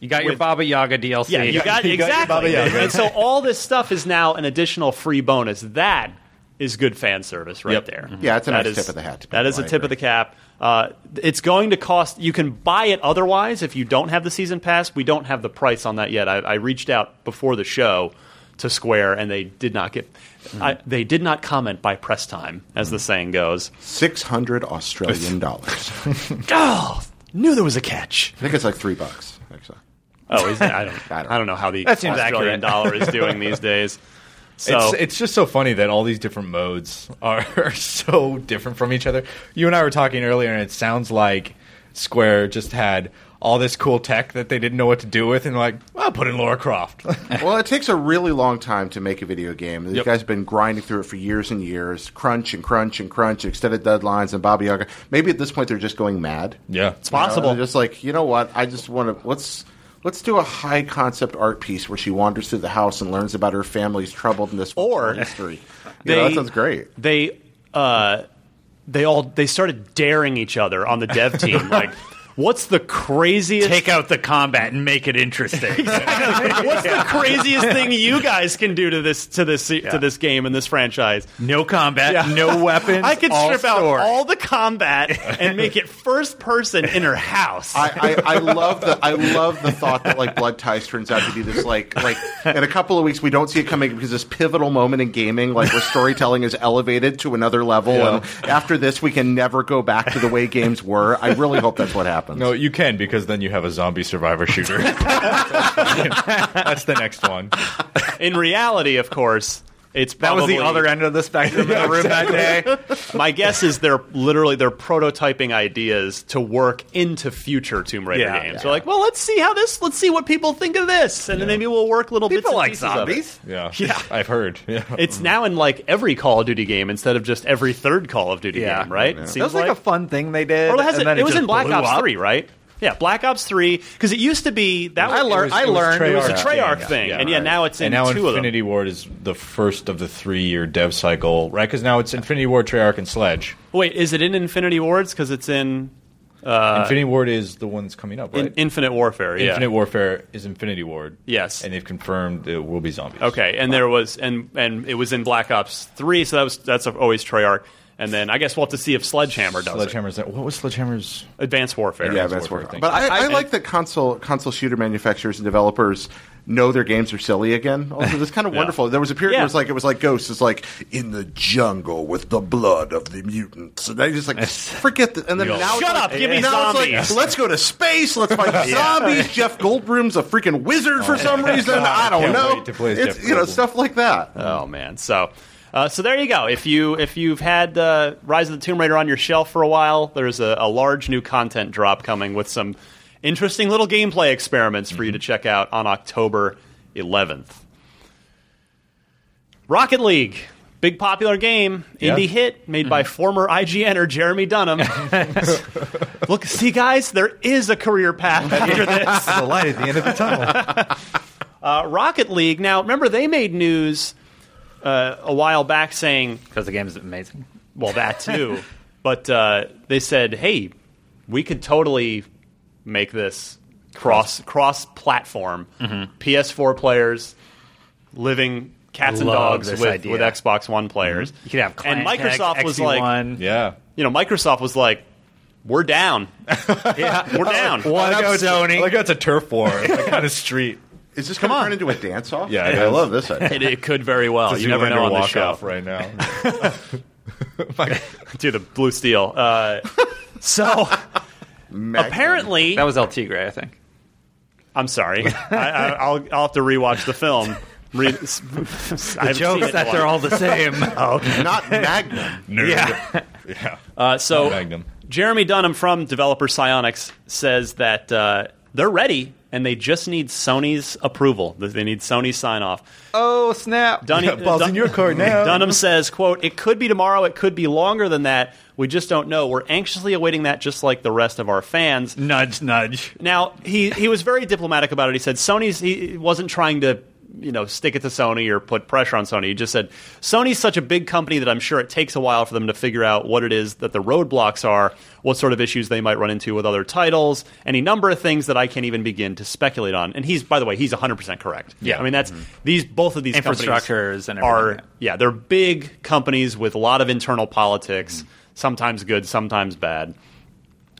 You got your With- Baba Yaga DLC. Yeah, you got you got your exactly. Baba Yaga. and so all this stuff is now an additional free bonus. That is good fan service right Yep. Mm-hmm. there. Yeah, it's a That nice is- tip of the hat to That people, is a I tip of the cap. Uh, it's going to cost. You can buy it otherwise if you don't have the season pass. We don't have the price on that yet. I, I reached out before the show to Square, and they did not get. Mm-hmm. I, they did not comment by press time, as the saying goes. Six hundred Australian dollars. I Oh, knew there was a catch. think it's like three bucks. Actually. Oh, is it? I don't. I don't, know how the That seems Australian accurate. dollar is doing these days. So It's, it's just so funny that all these different modes are, are so different from each other. You and I were talking earlier, and it sounds like Square just had all this cool tech that they didn't know what to do with, and like, I'll put in Laura Croft. well, it takes a really long time to make a video game. These guys have been grinding through it for years and years, crunch and crunch and crunch, extended deadlines, and Bobby Yaga. Maybe at this point they're just going mad. yeah, it's possible. They're just like, you know what? I just want to let's let's do a high concept art piece where she wanders through the house and learns about her family's troubledness Or history. You know, that sounds great. They uh, they all they started daring each other on the dev team. like, what's the craziest? Take out the combat and make it interesting. what's the craziest thing you guys can do to this to this to this game and this franchise? no combat, Yeah. no weapons. I could all strip out story. all the combat and make it first person in her house. I, I, I love the I love the thought that like blood ties turns out to be this like like in a couple of weeks we don't see it coming because this pivotal moment in gaming like where storytelling is elevated to another level and after this we can never go back to the way games were. I really hope that's what happens. No, you can because then you have a zombie survivor shooter. That's the next one. in reality, of course, it's That was probably the other end of the spectrum in the room that day. My guess is they're literally they're prototyping ideas to work into future Tomb Raider Yeah. games. Yeah. They're like, well, let's see how this, let's see what people think of this, and then maybe we'll work little bits. People and like pieces of it. zombies. Yeah, I've heard. Yeah. It's now in like every Call of Duty game instead of just every third Call of Duty Yeah. game, right? It That was like, a fun thing they did. or has and it, then it, was just in Black blew Ops up. Three, right? Yeah, Black Ops Three, because it used to be that I was- learned. I it was learned. It was a Treyarch Treyarch game. thing, Yeah, and yeah, right. now it's in and now two Infinity Ward is the first of the three-year dev cycle, right? Because now it's Infinity Ward, Treyarch, and Sledge. of them. Wait, is it in Infinity Wards? Because it's in, Infinity Ward is the one that's coming up, right? Uh, in Infinite Warfare. Yeah. Infinite Warfare is Infinity Ward. Yes. and they've confirmed it will be zombies. Okay, and there was and and it was in Black Ops Three, so that was that's always Treyarch. And then I guess we'll have to see if Sledgehammer does Sledgehammer's. What was Sledgehammer's? it. Advanced Warfare. Yeah, Advanced that's Warfare worth thing. But I, I like that console console shooter manufacturers and developers know their games are silly again. Also, that's kind of wonderful. There was a period Yeah. where it was like it was like Ghosts. It's like in the jungle with the blood of the mutants, and they just like forget that. And then now Shut it's up, like, give me now it's zombies. like, let's go to space. Let's find zombies. Jeff Goldblum's a freaking wizard for some reason. I don't Can't know. wait to play as it's, Jeff you know Goldblum. stuff like that. Oh man, so. Uh, so there you go. If you if you've had uh, Rise of the Tomb Raider on your shelf for a while, there's a, a large new content drop coming with some interesting little gameplay experiments for you to check out on October 11th. Rocket League, big popular game, Yeah. indie hit made by former IGNer Jeremy Dunham. Look, see guys, there is a career path after this. the light at the end of the tunnel. Uh, Rocket League. Now, remember they made news uh, a while back saying, Because the game's amazing. well, that too, but uh, they said, hey, we could totally make this cross cross Mm-hmm. platform. PS4 players living cats and Love dogs this with, idea. with Xbox One players. You could have and Clan Tag, Microsoft was like, XE1. yeah, you know, Microsoft was like, we're down. yeah, we're down. One up zoning. like that's a turf war, like on a street. Is this going to turn into a dance off? Yeah, it I is. love this. idea. It, it could very well. You never Zoolander know on this walk show. off right now. to the blue steel. Uh, so Magnum. apparently, That was El Tigre, I think. I'm sorry. I, I, I'll, I'll have to rewatch the film. Re- the Jokes that they're all the same. oh, not Magnum. yeah. Uh, so Magnum. Jeremy Dunham from developer Psionics says that uh, they're ready and they just need Sony's approval. They need Sony's sign off. Oh snap! Dunny, Ball's in your court now. Dunham says, "quote It could be tomorrow. It could be longer than that. We just don't know. We're anxiously awaiting that, just like the rest of our fans." Nudge, nudge. Now he he was very diplomatic about it. He said Sony's he wasn't trying to you know stick it to Sony or put pressure on Sony. He just said Sony's such a big company that I'm sure it takes a while for them to figure out what it is that the roadblocks are, what sort of issues they might run into with other titles, any number of things that I can't even begin to speculate on. And he's by the way he's 100 percent correct. Yeah. I mean that's these both of these companies Infrastructures and are everything. yeah they're big companies with a lot of internal politics, sometimes good, sometimes bad.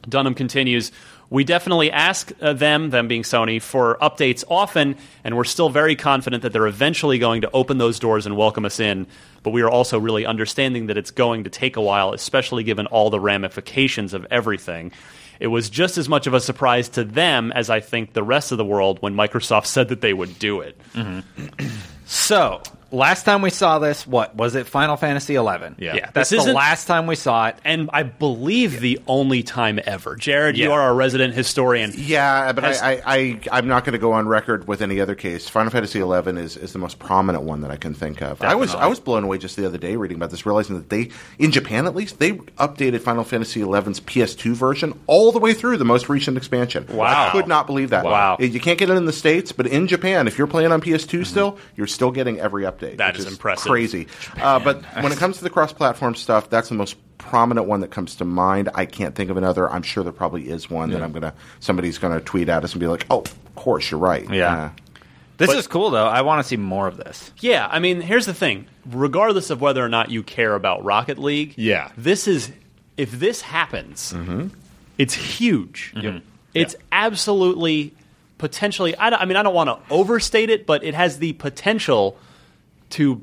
Dunham continues, we definitely ask uh, them, them being Sony, for updates often, and we're still very confident that they're eventually going to open those doors and welcome us in. But we are also really understanding that it's going to take a while, especially given all the ramifications of everything. It was just as much of a surprise to them as I think the rest of the world when Microsoft said that they would do it. So last time we saw this, what was it? Final Fantasy Eleven. Yeah. Yeah, that's this the isn't- last time we saw it. And I believe the only time ever. Jared, you Yeah. are our resident historian. Yeah, but Has- I, I, I, I'm not going to go on record with any other case. Final Fantasy XI is, is the most prominent one that I can think of. I was I was blown away just the other day reading about this, realizing that they, in Japan at least, they updated Final Fantasy XI's PS2 version all the way through the most recent expansion. Wow. I could not believe that. Wow. You can't get it in the States, but in Japan, if you're playing on PS2 still, you're still getting every update. Mm-hmm. That That is is impressive. Crazy. Uh, but when it comes to the cross-platform stuff, that's the most prominent one that comes to mind. I can't think of another. I'm sure there probably is one that I'm gonna somebody's gonna tweet at us and be like, "Oh, of course, you're right." Uh, Yeah. This is cool though. I want to see more of this. Yeah, I mean, here's the thing. Regardless of whether or not you care about Rocket League, Yeah. this is if this happens, it's huge. It's absolutely potentially. I, don't- I mean, I don't want to overstate it, but it has the potential to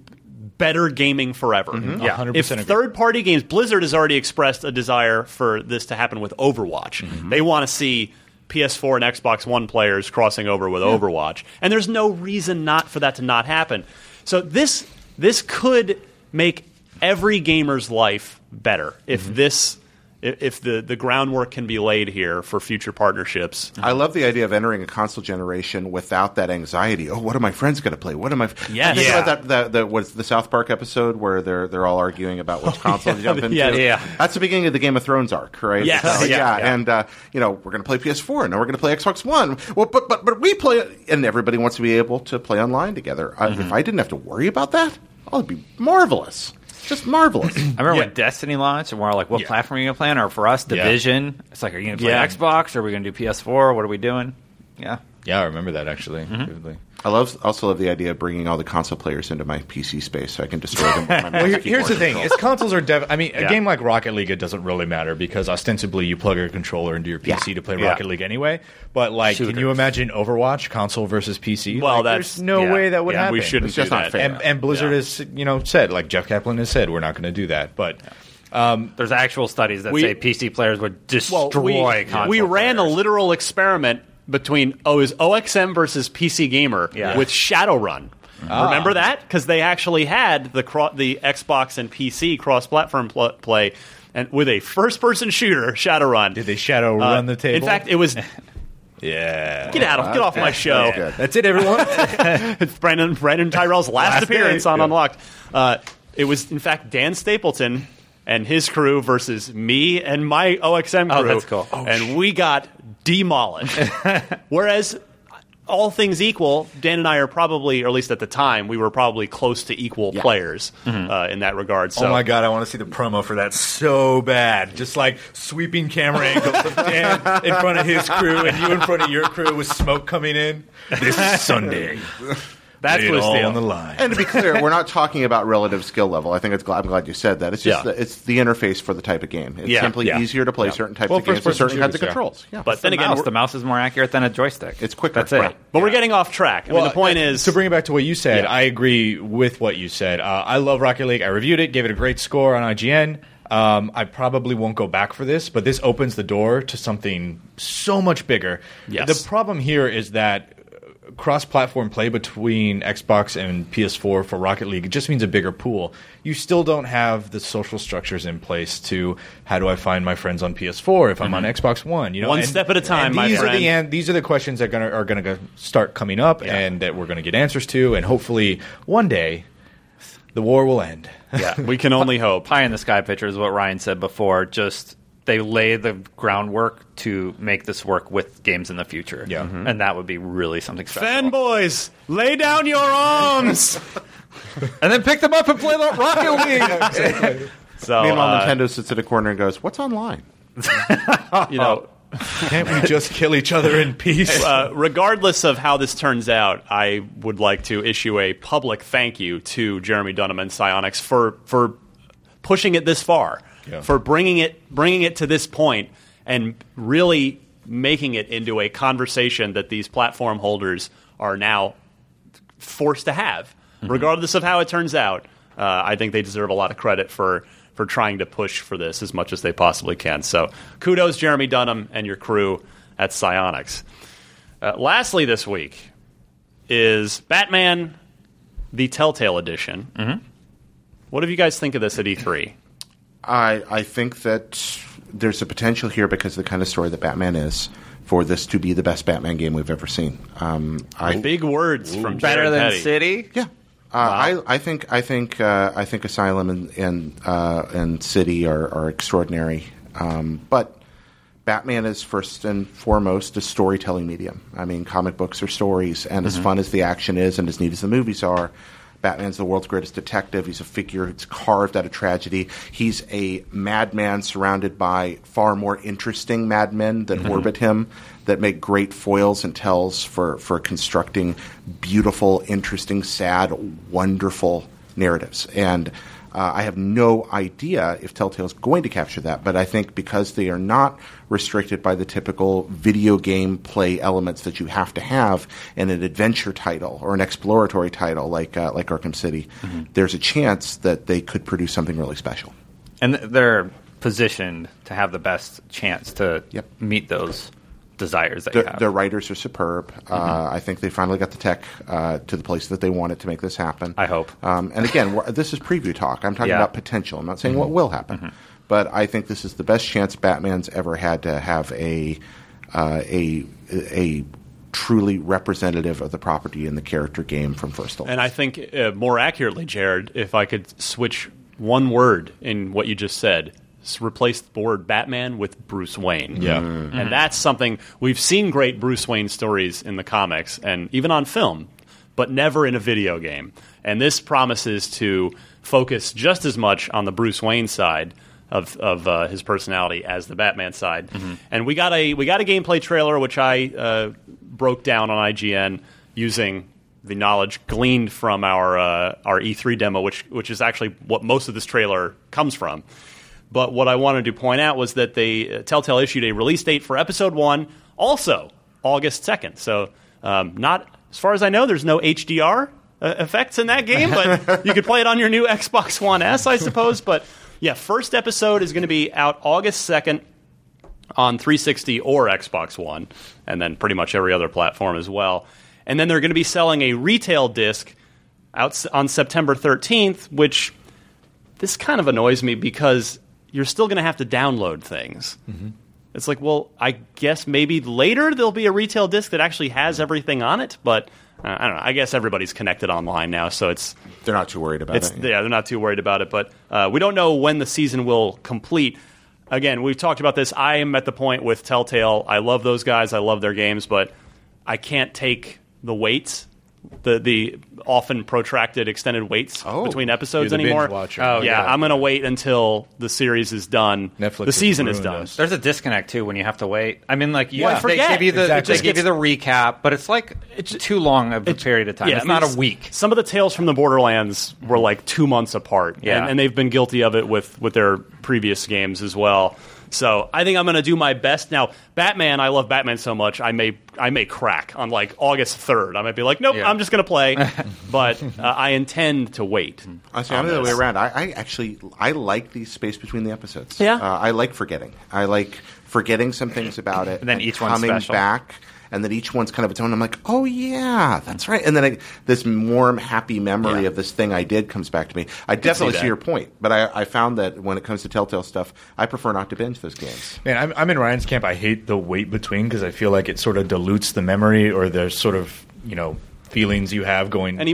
better gaming forever. Mm-hmm. Yeah. 100% if agree. third party games, Blizzard has already expressed a desire for this to happen with Overwatch. Mm-hmm. They want to see. PS4 and Xbox One players crossing over with Overwatch, and there's no reason not for that to not happen. So this this could make every gamer's life better if Mm-hmm. this i- if the the groundwork can be laid here for future partnerships. I love the idea of entering a console generation without that anxiety. Oh, what are my friends going to play? What am I? Yes. Think Yeah. about that. that that was the South Park episode where they're they're all arguing about which console to jump into. Oh, yeah, yeah. That's the beginning of the Game of Thrones arc, right? Yes. So, Yeah, yeah, yeah. And uh, you know we're going to play PS4. No, we're going to play Xbox One. Well, but but but we play, and everybody wants to be able to play online together. Uh, Mm-hmm. If I didn't have to worry about that, oh, it'd be marvelous. Just marvelous. I remember when Destiny launched, and we're all like, "What platform are you gonna play on?" Or for us, Yeah. Division. It's like, are you gonna play Yeah. Xbox? Or are we gonna do PS4? What are we doing? Yeah. Yeah, I remember that actually. Mm-hmm. vividly. I love also love the idea of bringing all the console players into my PC space so I can destroy them. With my Well, mouse here- here's the keyboard thing: control. is consoles are. Dev- I mean, a Yeah. game like Rocket League, it doesn't really matter because ostensibly you plug your controller into your PC to play Yeah. Rocket League anyway. But like, can you Shooters. imagine Overwatch console versus PC? Well, Like, that's- there's no yeah. way that would Yeah, happen. we shouldn't It's just do not that. fair. And, and Blizzard has you know said like Jeff Kaplan has said we're not going to do that. But There's actual studies that We- say PC players would destroy Well, we, console we ran a players. literal experiment between oh is OXM versus PC Gamer Yeah. with Shadowrun. Remember that? Because they actually had the cro- the Xbox and PC cross platform pl- play, and with a first person shooter, Shadowrun. did they shadow run the table? Uh, In fact, it was yeah. get out of get off my show. That's good. That's it, everyone. It's Brandon Brandon Tyrell's last, Last appearance day. on Yeah. Unlocked. Uh, it was in fact Dan Stapleton and his crew versus me and my OXM crew. Oh, that's cool. Oh, and we got demolished. Whereas all things equal, Dan and I are probably, or at least at the time, we were probably close to equal players uh, in that regard. So Oh my god, I want to see the promo for that so bad. Just like sweeping camera angles of Dan in front of his crew and you in front of your crew with smoke coming in. This is Sunday. That's Lay it Blue all Steel. on the line. And to be clear, we're not talking about relative skill level. I think it's. gl- I'm glad you said that. It's just Yeah. the, it's the interface for the type of game. It's Yeah, simply yeah. easier to play certain types Well, of games with first-person certain kinds of shooters, yeah. controls. Yeah. But then the again, mouse. we're- the mouse is more accurate than a joystick. It's quicker. That's it. Right. but we're getting off track. I mean, the point uh, is, to bring it back to what you said. I agree with what you said. Uh, I love Rocket League. I reviewed it, gave it a great score on IGN. Um, I probably won't go back for this, but this opens the door to something so much bigger. Yes. The problem here is that cross-platform play between Xbox and PS4 for Rocket League it just means a bigger pool. You still don't have the social structures in place to how do I find my friends on PS4 if I'm on Xbox One? You know, Mm-hmm. One step at a time, and my these Are friend. the an- these are the questions that gonna, are going to start coming up, and that we're going to get answers to, and hopefully one day the war will end. yeah, we can only hope. Pie in the sky picture is what Ryan said before. Just they lay the groundwork to make this work with games in the future. Yeah. Mhm. and that would be really something special. Fanboys, lay down your arms. and then pick them up and play that Rocket League. so, Meanwhile, uh, Nintendo sits at a corner and goes, "What's online?" you know, Can't we just kill each other in peace? uh, regardless of how this turns out, I would like to issue a public thank you to Jeremy Dunham and Psionics for for pushing it this far, Yeah. for bringing it bringing it to this point, and really making it into a conversation that these platform holders are now forced to have, regardless of how it turns out. Uh, I think they deserve a lot of credit for for trying to push for this as much as they possibly can. So, kudos, Jeremy Dunham and your crew at Psionics. Uh, lastly, this week is Batman: The Telltale Edition. Mm-hmm. What do you guys think of this at E E3? I I think that there's a potential here because of the kind of story that Batman is for this to be the best Batman game we've ever seen. Um, I Big words from Better Jared than Petty. City. Yeah. Uh, I, I think I think uh, I think Asylum and and, uh, and City are, are extraordinary, um, but Batman is first and foremost a storytelling medium. I mean, comic books are stories, and as fun as the action is, and as neat as the movies are, Batman's the world's greatest detective. He's a figure who's carved out of tragedy. He's a madman surrounded by far more interesting madmen that orbit him that make great foils and tells for, for constructing beautiful, interesting, sad, wonderful narratives. And uh, I have no idea if Telltale's going to capture that, but I think because they are not restricted by the typical video game play elements that you have to have in an adventure title or an exploratory title like uh, like Arkham City, there's a chance that they could produce something really special. and th- they're positioned to have the best chance to Yep. meet those desires that you The, have. the writers are superb. Uh, I think they finally got the tech uh, to the place that they wanted to make this happen. I hope. Um, and again, we're- this is preview talk. I'm talking Yeah. about potential. I'm not saying what will happen, but I think this is the best chance Batman's ever had to have a uh, a a truly representative of the property in the character game from first to last. And I think uh, more accurately, Jared, if I could switch one word in what you just said, s- replace the word Batman with Bruce Wayne. Yeah. Mhm. And that's something we've seen great Bruce Wayne stories in the comics and even on film, but never in a video game. And this promises to focus just as much on the Bruce Wayne side. Of, of uh, his personality as the Batman side, and we got a we got a gameplay trailer which I uh, broke down on IGN using the knowledge gleaned from our uh, our E3 demo, which which is actually what most of this trailer comes from. But what I wanted to point out was that they uh, Telltale issued a release date for Episode One, also August second. So um, not as far as I know, there's no HDR uh, effects in that game, but you could play it on your new Xbox One S, I suppose. But yeah, first episode is going to be out August second on 360 or Xbox One, and then pretty much every other platform as well. And then they're going to be selling a retail disc out on September 13th, which this kind of annoys me because you're still going to have to download things. It's like, well, I guess maybe later there'll be a retail disc that actually has everything on it, but uh, I don't know. I guess everybody's connected online now, so it's They're not too worried about it's, it. yeah. they're not too worried about it. But uh, we don't know when the season will complete. Again, we've talked about this. I am at the point with Telltale. I love those guys. I love their games, but I can't take the wait, the the often protracted, extended waits Oh, between You're episodes the anymore. binge watcher. Oh, yeah, yeah. I'm gonna wait until the series is done. Netflix the has season is ruined done. us. There's a disconnect too when you have to wait. I mean, like you, Well, I they forget. give you the Exactly. they give you the recap, but it's like it's too long of a period of time. Yeah, it's I mean, not s- a week. Some of the tales from the Borderlands were like two months apart, Yeah. and, and they've been guilty of it with with their previous games as well. So I think I'm going to do my best now. Batman, I love Batman so much. I may I may crack on like August third. I might be like, nope, Yeah. I'm just going to play, but uh, I intend to wait. I see. I'm the other way around. I, I actually I like the space between the episodes. Yeah. uh, I like forgetting. I like forgetting some things about it, And then each one's coming special. back, and then each one's kind of its own. I'm like, oh yeah, that's right. And then I, this warm, happy memory Yeah. of this thing I did comes back to me. I definitely see, that. your point, but I, I found that when it comes to Telltale stuff, I prefer not to binge those games. Man, I'm, I'm in Ryan's camp. I hate the wait between because I feel like it sort of dilutes the memory or the sort of you know feelings you have going. Any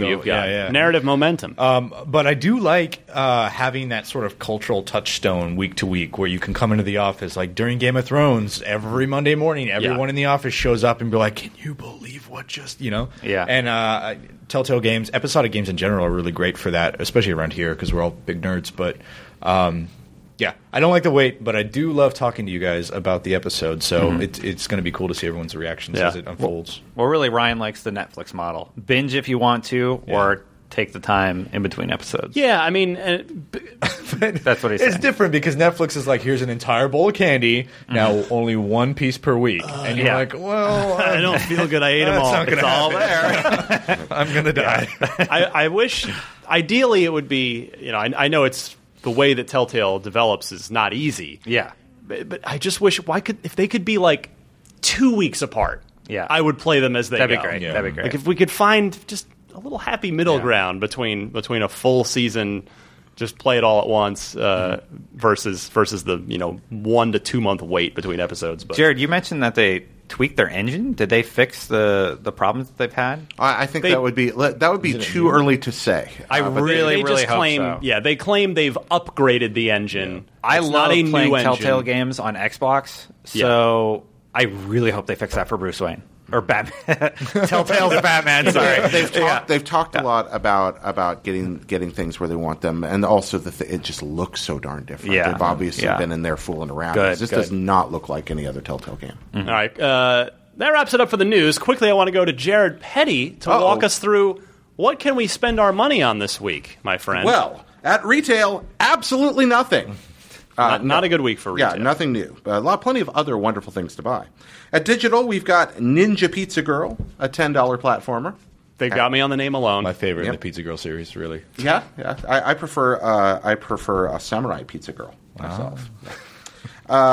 going through you've the- got, yeah, yeah. narrative momentum. Um, but I do like uh, having that sort of cultural touchstone week to week where you can come into the office. Like during Game of Thrones, every Monday morning, everyone in the office shows up and be like, Can you believe what just, you know? Yeah. And uh, I- Telltale games, episodic games in general are really great for that, especially around here because we're all big nerds. But um, yeah, I don't like the wait, but I do love talking to you guys about the episode. So it, it's going to be cool to see everyone's reactions Yeah. as it unfolds. Mm-hmm. Well, really, Ryan likes the Netflix model: binge if you want to, or take the time in between episodes. yeah, I mean, uh, and, b- That's what he It's said. different because Netflix is like, here's an entire bowl of candy. Now only one piece per week, and you're yeah. like, well, I don't feel good. I ate them That's all. not gonna it's all happen. there. I'm gonna die. I, I wish, ideally, it would be. You know, I, I know it's the way that Telltale develops is not easy. Yeah. but, but I just wish why could if they could be like two weeks apart. Yeah. I would play them as they That'd go. be great. Yeah. That'd be great. Like if we could find just a little happy middle Yeah. ground between between a full season, just play it all at once uh, Mm-hmm. versus versus the you know one to two month wait between episodes. But Jared, you mentioned that they tweaked their engine. Did they fix the the problems that they've had? I, I think They- that would be that would be too early to say. I Uh, but They- really, they really just hope claim, so. yeah, they claim they've upgraded the engine. I It's love not a playing new engine. Telltale games on Xbox, so I really hope they fix that for Bruce Wayne. or Batman. Telltale's Batman. Sorry, they've talked, Yeah. they've talked a lot about about getting getting things where they want them, and also the th- it just looks so darn different. Yeah. They've obviously Yeah. been in there fooling around. Good, this good. does not look like any other Telltale game. All right. Uh, that wraps it up for the news. Quickly, I want to go to Jared Petty to Uh-oh. walk us through what can we spend our money on this week, my friend. Well, at retail, absolutely nothing. not, not a good week for retail. Yeah, nothing new. But a lot, plenty of other wonderful things to buy. At digital, we've got Ninja Pizza Girl, a ten dollar platformer. They got me on the name alone. My favorite in Yep. the Pizza Girl series, really. Yeah, yeah. I, I prefer uh, I prefer a Samurai Pizza Girl myself.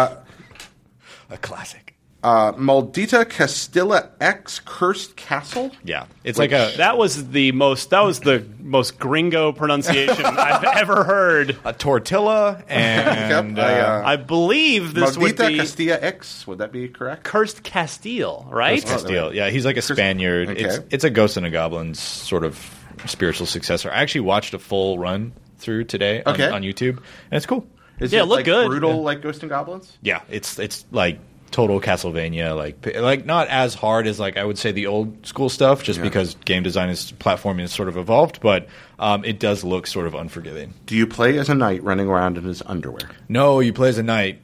A classic. Uh, Maldita Castilla X Cursed Castle. Yeah, it's Which- like a, That was the most. That was the most gringo pronunciation I've ever heard. a tortilla and Yep, I, uh, uh, I believe this would Maldita be Castilla X. Would that be correct? cursed Castile, right? Cursed Castile. Yeah, he's like a Spaniard. okay. It's it's a Ghost and a Goblins sort of spiritual successor. I actually watched a full run through today on, Okay. on YouTube, and it's cool. Is Yeah, look like, good. Brutal like Ghost and Goblins. Yeah, it's it's like total Castlevania, like p- like not as hard as like I would say the old school stuff, just because game design is platforming is sort of evolved, but um, it does look sort of unforgiving. Do you play as a knight running around in his underwear? No, you play as a knight.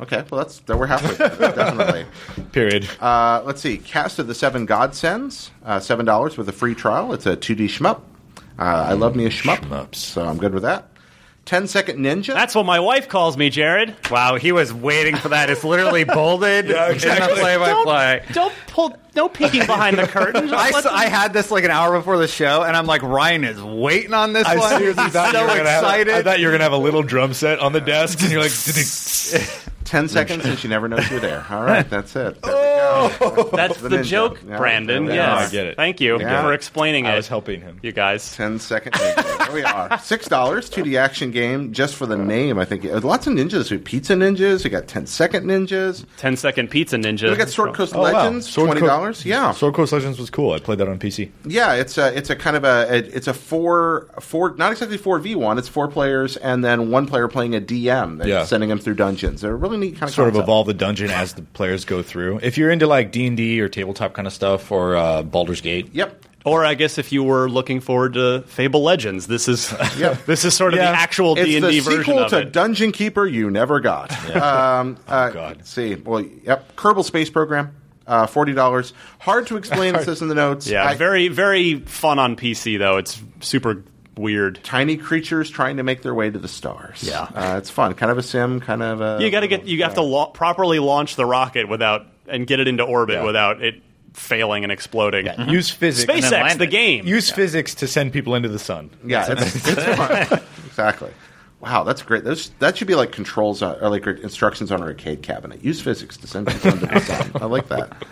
Okay, well that's that we're halfway. there, definitely. Period. Uh, let's see. Cast of the Seven Godsends, uh, seven dollars with a free trial. It's a two D shmup. Uh, I love me a shmup, Shmups. so I'm good with that. 10 Second Ninja. That's what my wife calls me, Jared. Wow, he was waiting for that. It's literally bolded in the play-by-play. Don't pull. No peeking behind the curtain. Just I, let s- them- I had this like an hour before the show, and I'm like, Ryan is waiting on this one. He's so excited. Have, I thought you were gonna have a little drum set on the desk, and you're like, 10 seconds and she never knows you're there. All right, that's it. There we go. That's the, ninja. joke, Yeah, Brandon. yeah, yes, I get it. Thank you Yeah. for explaining it. I was helping him. you guys. 10 second ninja. There we are. $6, 2D action game just for the name, I think. There's lots of ninjas. We have pizza ninjas. We got 10 second ninjas. 10 second pizza ninja. We got Sword Coast Oh, wow. Legends, Sword $20. Co- yeah. Sword Coast Legends was cool. I played that on PC. Yeah, it's a it's a kind of a it- it's a four four not exactly four v one. It's four players and then one player playing a DM. That's Yeah. sending them through dungeons. They're a really neat kind of Sort of concept. evolve the dungeon as the players go through. If you're into like D and D or tabletop kind of stuff, or uh, Baldur's Gate, Yep. Or I guess if you were looking forward to Fable Legends, this is this is sort of Yeah. the actual D It's and the D version sequel of to it. Dungeon Keeper you never got. Um, uh, Oh, God. let's See, well, yep. Kerbal Space Program, uh, forty dollars. Hard to explain. it says in the notes. yeah, I- very very fun on PC though. It's super weird. tiny creatures trying to make their way to the stars. Yeah, uh, it's fun. Kind of a sim. Kind of a. You got to get you have to lo- properly launch the rocket without and get it into orbit Yeah. without it failing and exploding. use physics. then SpaceX, land the it. game. Use physics to send people into the sun. Yeah, it's, it's fun. exactly. Wow, that's great. Those, that should be like controls on, or like instructions on a arcade cabinet. Use physics to send people into the sun. I like that.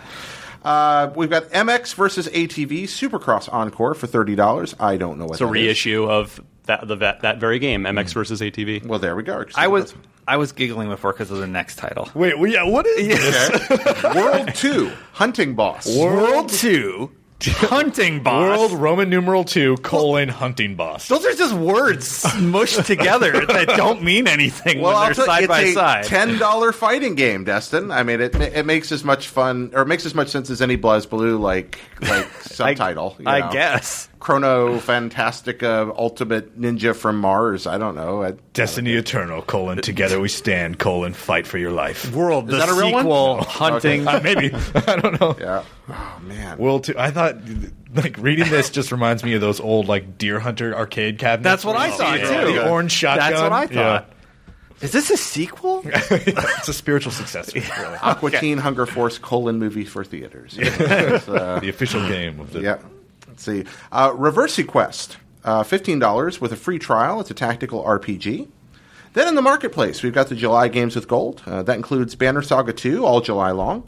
Uh, we've got MX versus ATV Supercross Encore for thirty dollars. I don't know what it's a that is. reissue of that the that, that very game, MX versus ATV. Well, there we go. I was I was giggling before because of the next title. Wait, well, yeah, what is this? World Two Hunting Boss. World Two, Hunting Boss. World Roman numeral two colon hunting boss? Those are just words mushed together that don't mean anything Well, I'll when they're tell you, side it's by a side. ten dollar fighting game, Destin. I mean, it ma- it makes as much fun or it makes as much sense as any Buzz Blue like like subtitle. you I know. guess. Chrono Fantastica Ultimate Ninja from Mars. I don't know. I, Destiny Eternal colon together we stand colon fight for your life. World that a real one? Oh, No. Hunting. Uh, maybe I don't know. yeah. Oh man. World two. I thought like reading this just reminds me of those old like Deer Hunter arcade cabinets. That's what where I you thought, see too. The orange shotgun. That's what I Yeah. thought. Is this a sequel? it's a spiritual successor. really. Aqua Teen Hunger Force colon movie for theaters. It's, uh, the official game of the. yeah. Let's see. Uh, Reverse Quest, uh, fifteen dollars with a free trial. It's a tactical RPG. Then in the marketplace, we've got the July games with gold. Uh, that includes Banner Saga 2 all July long,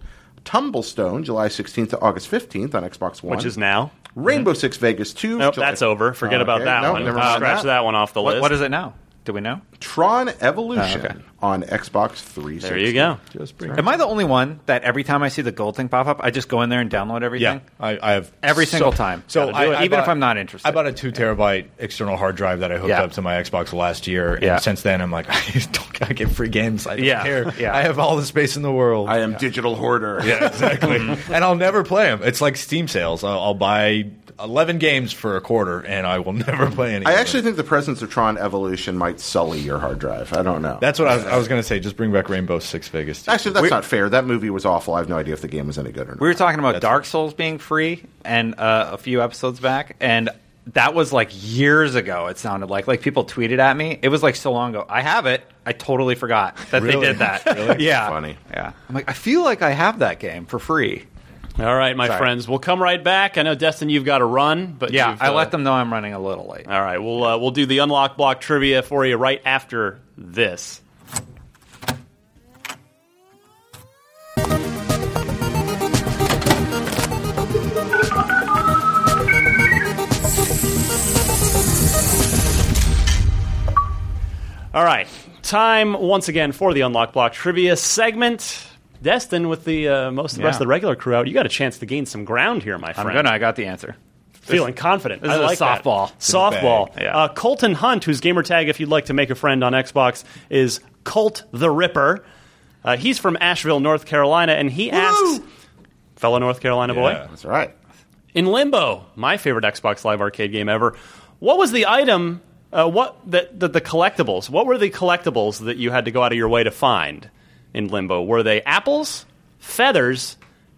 Tumblestone July 16th to August 15th on Xbox One, Which is now. Rainbow Six Vegas 2. Nope, July- that's over. Forget Oh, about okay. that Nope, one. never Uh, mind scratch that. one off the What, list. what is it now? Do we know? Tron Evolution Oh, okay. on Xbox 360. There you go. Am I the only one that every time I see the gold thing pop up, I just go in there and download Yeah, everything? I, I have Every single time. So Gotta I, do it, I even bought- if I'm not interested. I bought a two terabyte external hard drive that I hooked Yeah. up to my Xbox last year, and Yeah. since then I'm like, I don't I get free games. I don't Yeah, care. yeah. I have all the space in the world. I am digital hoarder. yeah, exactly. Mm-hmm. and I'll never play them. It's like Steam sales. I'll, I'll buy eleven games for a quarter, and I will never play any. I of them. actually think the presence of Tron Evolution might sully your hard drive. I don't know. that's what I was, I was going to say. Just bring back Rainbow Six Vegas. too. actually that's not fair. That movie was awful. I have no idea if the game was any good or not. We were talking about That's- Dark Souls being free and uh, a few episodes back, and that was like years ago. It sounded like like people tweeted at me. It was like so long ago. I have it. I totally forgot that Really? they did that. Yeah, Funny. Yeah, I'm like I feel like I have that game for free. All right, my friends, we'll come right back. I know Destin, you've got to run, but Yeah, you've, I uh, let them know I'm running a little late. All right, we'll uh, we'll do the unlock block trivia for you right after this. All right, time once again for the unlock block trivia segment. Destin, with the uh, most of the rest Yeah. of the regular crew out, you got a chance to gain some ground here, my I'm friend gonna. I got the answer. feeling confident. this I is a like that. softball. It's Softball. bag. Yeah. Uh, Colton Hunt, whose gamer tag, if you'd like to make a friend on Xbox, is Colt the Ripper. Uh, he's from Asheville, North Carolina, and he asks, fellow North Carolina Yeah. boy, That's all right. in Limbo, my favorite Xbox Live arcade game ever, what was the item? Uh, what that the, the collectibles? What were the collectibles that you had to go out of your way to find in Limbo? Were they apples, feathers,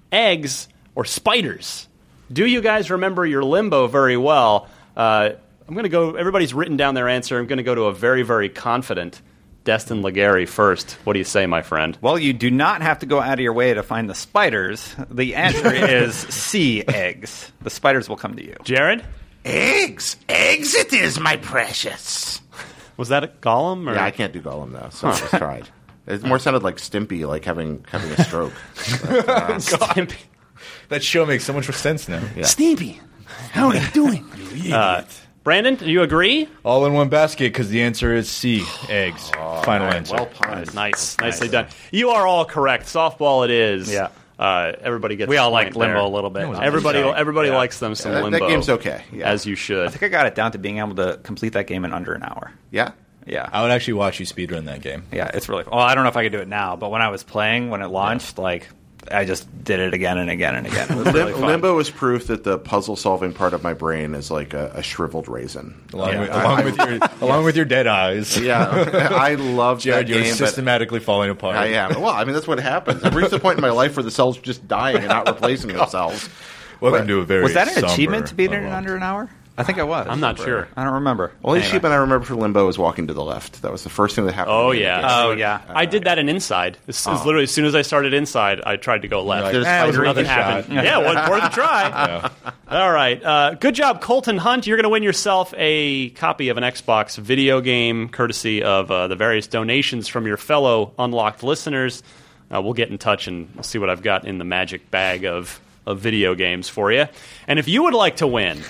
eggs, or spiders? Do you guys remember your Limbo very well? Uh, I'm going to go. Everybody's written down their answer. I'm going to go to a very very confident Destin Legary first. What do you say, my friend? Well, you do not have to go out of your way to find the spiders. The answer is C eggs. The spiders will come to you. Jared, Eggs, eggs, it is, my precious. was that a golem? Or? Yeah, I can't do Gollum though, so I just tried. It more sounded like Stimpy, like having having a stroke. Stimpy. that show makes so much sense now. Stimpy, how are you doing? Uh, Brandon, do you agree? All in one basket because the answer is C. Eggs. Final answer. Nice, nicely done. You are all correct. Softball, it is. Yeah. Uh, everybody gets. We all a point like limbo there. a little bit. Everybody, Yeah. everybody Yeah. likes them some Yeah, that- that limbo. game's okay, yeah. as you should. I think I got it down to being able to complete that game in under an hour. Yeah, Yeah. I would actually watch you speedrun that game. Yeah, it's really. Well, I don't know if I could do it now, but when I was playing when it launched, like I just did it again and again and again. It was really Lim- fun. Limbo is proof that the puzzle solving part of my brain is like a, a shriveled raisin. Along, Yeah. with, along with your along with your dead eyes. Yeah, I love Jared, that you're game. but systematically falling apart. I am. Well, I mean that's what happens. I've reached a point in my life where the cells are just dying and not replacing themselves. Welcome to a very was that an somber achievement to beat it in level. under an hour? I think I was. I'm not sure. I don't remember. Only Anyway. achievement I remember for Limbo is walking to the left. That was the first thing that happened. Oh to me in the yeah. game. Oh, yeah. Oh. I did that in Inside. As, as literally as soon as I started Inside, I tried to go left. You're like, There's "Eh, it was spider- another Nothing shot." happened. yeah, well, it's worth a try. All right. Uh, good job, Colton Hunt. You're going to win yourself a copy of an Xbox video game, courtesy of uh, the various donations from your fellow unlocked listeners. Uh, we'll get in touch and we'll see what I've got in the magic bag of, of video games for you. And if you would like to win,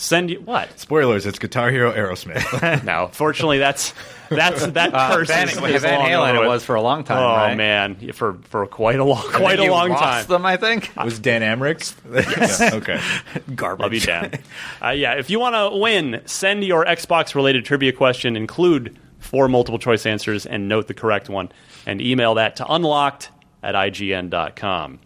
send you what? Spoilers: It's Guitar Hero Aerosmith. No, fortunately, that's that's that Uh, curse Van, is, with is Van long Halen, over it with. was for a long time. Oh right? man, for for quite a long quite a You long lost time. Them, I think. was Dan Amrick's? Yeah, okay. Garbage. Love you, Dan. uh, yeah, if you want to win, send your Xbox related trivia question, include four multiple choice answers, and note the correct one, and email that to unlocked at ign.com.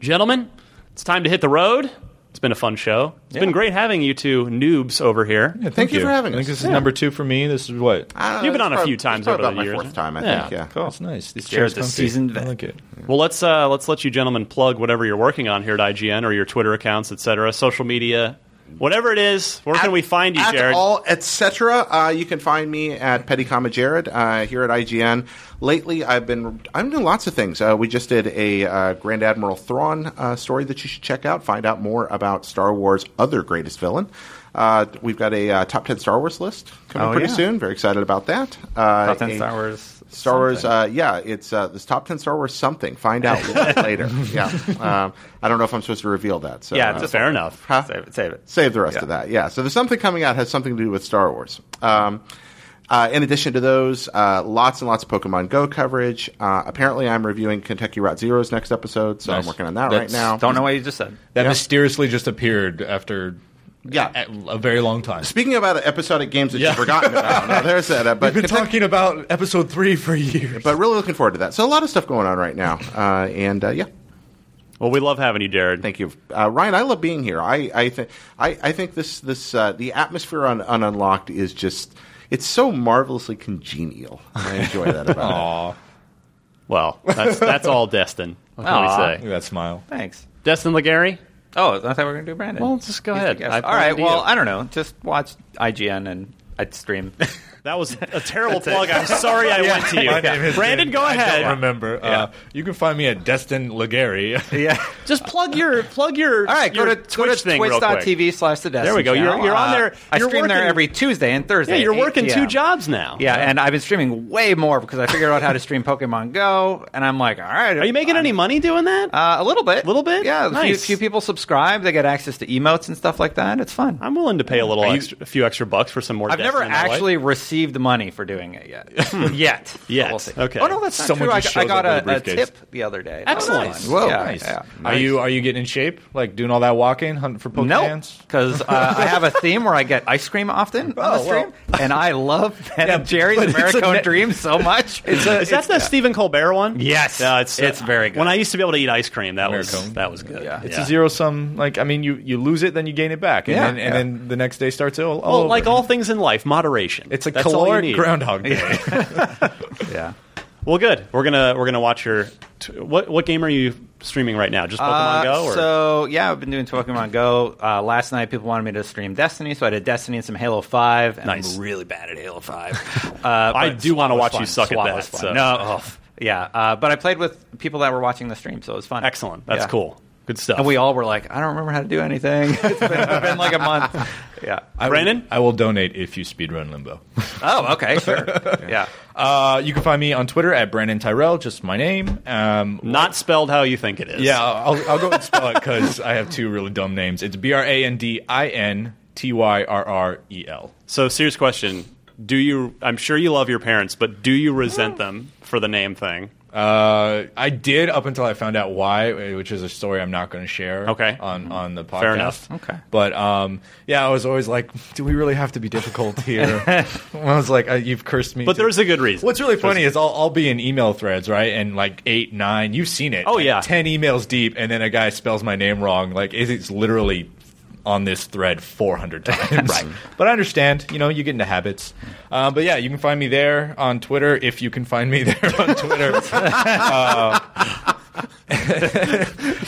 Gentlemen, it's time to hit the road. It's been a fun show. It's been great having you two noobs over here. Thank you for having I think us. this is number two for me. This is what? I don't You've been Uh, it's on a prob- few it's times probably over about the my years. Fourth time, I Yeah. think. Yeah. That's nice. These chairs Jared's a comfy. seasoned I vet. like it. Well, let's uh, let's let you gentlemen plug whatever you're working on here at IGN or your Twitter accounts, et cetera, social media, whatever it is. Where can we find you, at Jared? all, etc. Uh, you can find me at Petty Comma Jared uh, here at IGN. Lately, I've been I'm doing lots of things. Uh, we just did a uh, Grand Admiral Thrawn uh, story that you should check out. Find out more about Star Wars' other greatest villain. Uh, we've got a uh, top ten Star Wars list coming Oh, pretty yeah. soon. Very excited about that. Uh, Top 10 a- Star Wars. Star Wars, uh, yeah, it's uh, this top ten Star Wars something. Find out later. Yeah, um, I don't know if I'm supposed to reveal that. So Yeah, uh, just Fair enough. Huh? Save it. Save it. Save the rest Yeah. of that. Yeah. So there's something coming out has something to do with Star Wars. Um, Uh, in addition to those, uh, lots and lots of Pokemon Go coverage. Uh, apparently, I'm reviewing Kentucky Route Zero's next episode, so I'm Nice. working on that right That's- now. Don't know what you just said. That mysteriously just appeared after Yeah. a, a very long time. Speaking about episodic games that Yeah. you've forgotten about, now there's that. Uh, but We've been Kentucky- talking about episode three for years. but really looking forward to that. So a lot of stuff going on right now, uh, and uh, yeah, Well, we love having you, Jared. Thank you, uh, Ryan. I love being here. I I think I, I think this this uh, the atmosphere on, on Unlocked is just it's so marvelously congenial. I enjoy that about Aw, Well, that's that's all Destin. What can Aw. we look say? at that smile. Thanks. Destin Legary? Oh, I thought we were going to do Brandon. Well, just go He's the ahead. guest. I All right. pointed to Well, you. I don't know. Just watch IGN and I'd stream. That was a terrible plug. I'm sorry I went to you. My name is Brandon, Jim. go I ahead. don't remember. Uh, you can find me at Destin Legary. yeah. Just plug your plug your. All right. Go your to Twitch Twitch thing real quick. twitch.tv slash the Destiny There we go. You're- channel. you're on there. Uh, I You're stream there working- every Tuesday and Thursday. Yeah, you're at 8 working two PM. jobs now. Yeah, and I've been streaming way more because I figured out how to stream Pokemon Go, and I'm like, all right. Are you making any money doing that? Uh, a little bit. A Little bit? Yeah. A few, Nice. few people subscribe. They get access to emotes and stuff like that. It's fun. i I'm willing to pay a little, extra, a few extra bucks for some more. have Destin never in my life. actually received money for doing it yet. yet. Yet. But we'll see. Okay. Oh, no, that's not Someone true. I, just got- I shows got up with a a, a briefcase. tip the other day. That was Excellent. fun. Whoa. Yeah, nice. yeah. Are you are you getting in shape? Like doing all that walking, hunting for Pokemon? No, because uh, I have a theme where I get ice cream often on the Oh, well. stream, and I love Ben Yeah, and Jerry's but it's a American ne- Dream so much. It's Is that the Stephen Colbert one? Yes. Yeah, it's uh, It's very good. When I used to be able to eat ice cream, that was Americone. that was good. Yeah. It's a zero sum. Like I mean, you, you lose it, then you gain it back, and, Yeah, then, and yeah. then the next day starts all, all Well, over. like all things in life, moderation. It's a That's all you caloric need. groundhog day. yeah. Well, good. We're gonna we're gonna watch your. T- what what game are you streaming right now? Just Pokemon Uh, Go? Or? So yeah, I've been doing Pokemon Go. Uh, last night, people wanted me to stream Destiny, so I did Destiny and some Halo Five. And Nice. I'm really bad at Halo Five. Uh, I but do wanna SWAT was watch you fun. suck at SWAT that, was fun. so- No, ugh. yeah. Uh, but I played with people that were watching the stream, so it was fun. Excellent. That's Yeah. cool. Good stuff. And we all were like, I don't remember how to do anything. it's, been, it's been like a month. Yeah. I will- Brandon? I will donate if you speedrun Limbo. Oh, okay, sure. Yeah. Uh, you can find me on Twitter at Brandon Tyrell, just my name. Um, Not spelled how you think it is. Yeah, I'll, I'll go and spell it because I have two really dumb names. It's B R A N D I N T Y R R E L. So serious question. Do you? I'm sure you love your parents, but do you resent them for the name thing? Uh, I did up until I found out why, which is a story I'm not going to share. Okay. Mm-hmm. on on the podcast. Fair enough. Okay. but um, yeah, I was always like, do we really have to be difficult here? I was like, uh, you've cursed me. But to- there's a good reason. What's really funny is I'll, I'll be in email threads, right? And like eight, nine, you've seen it. Oh, yeah. 10 emails deep, and then a guy spells my name wrong. Like, it- it's literally on this thread 400 times. right. But I understand, you know, you get into habits. Um, but yeah, you can find me there on Twitter if you can find me there on Twitter. Uh,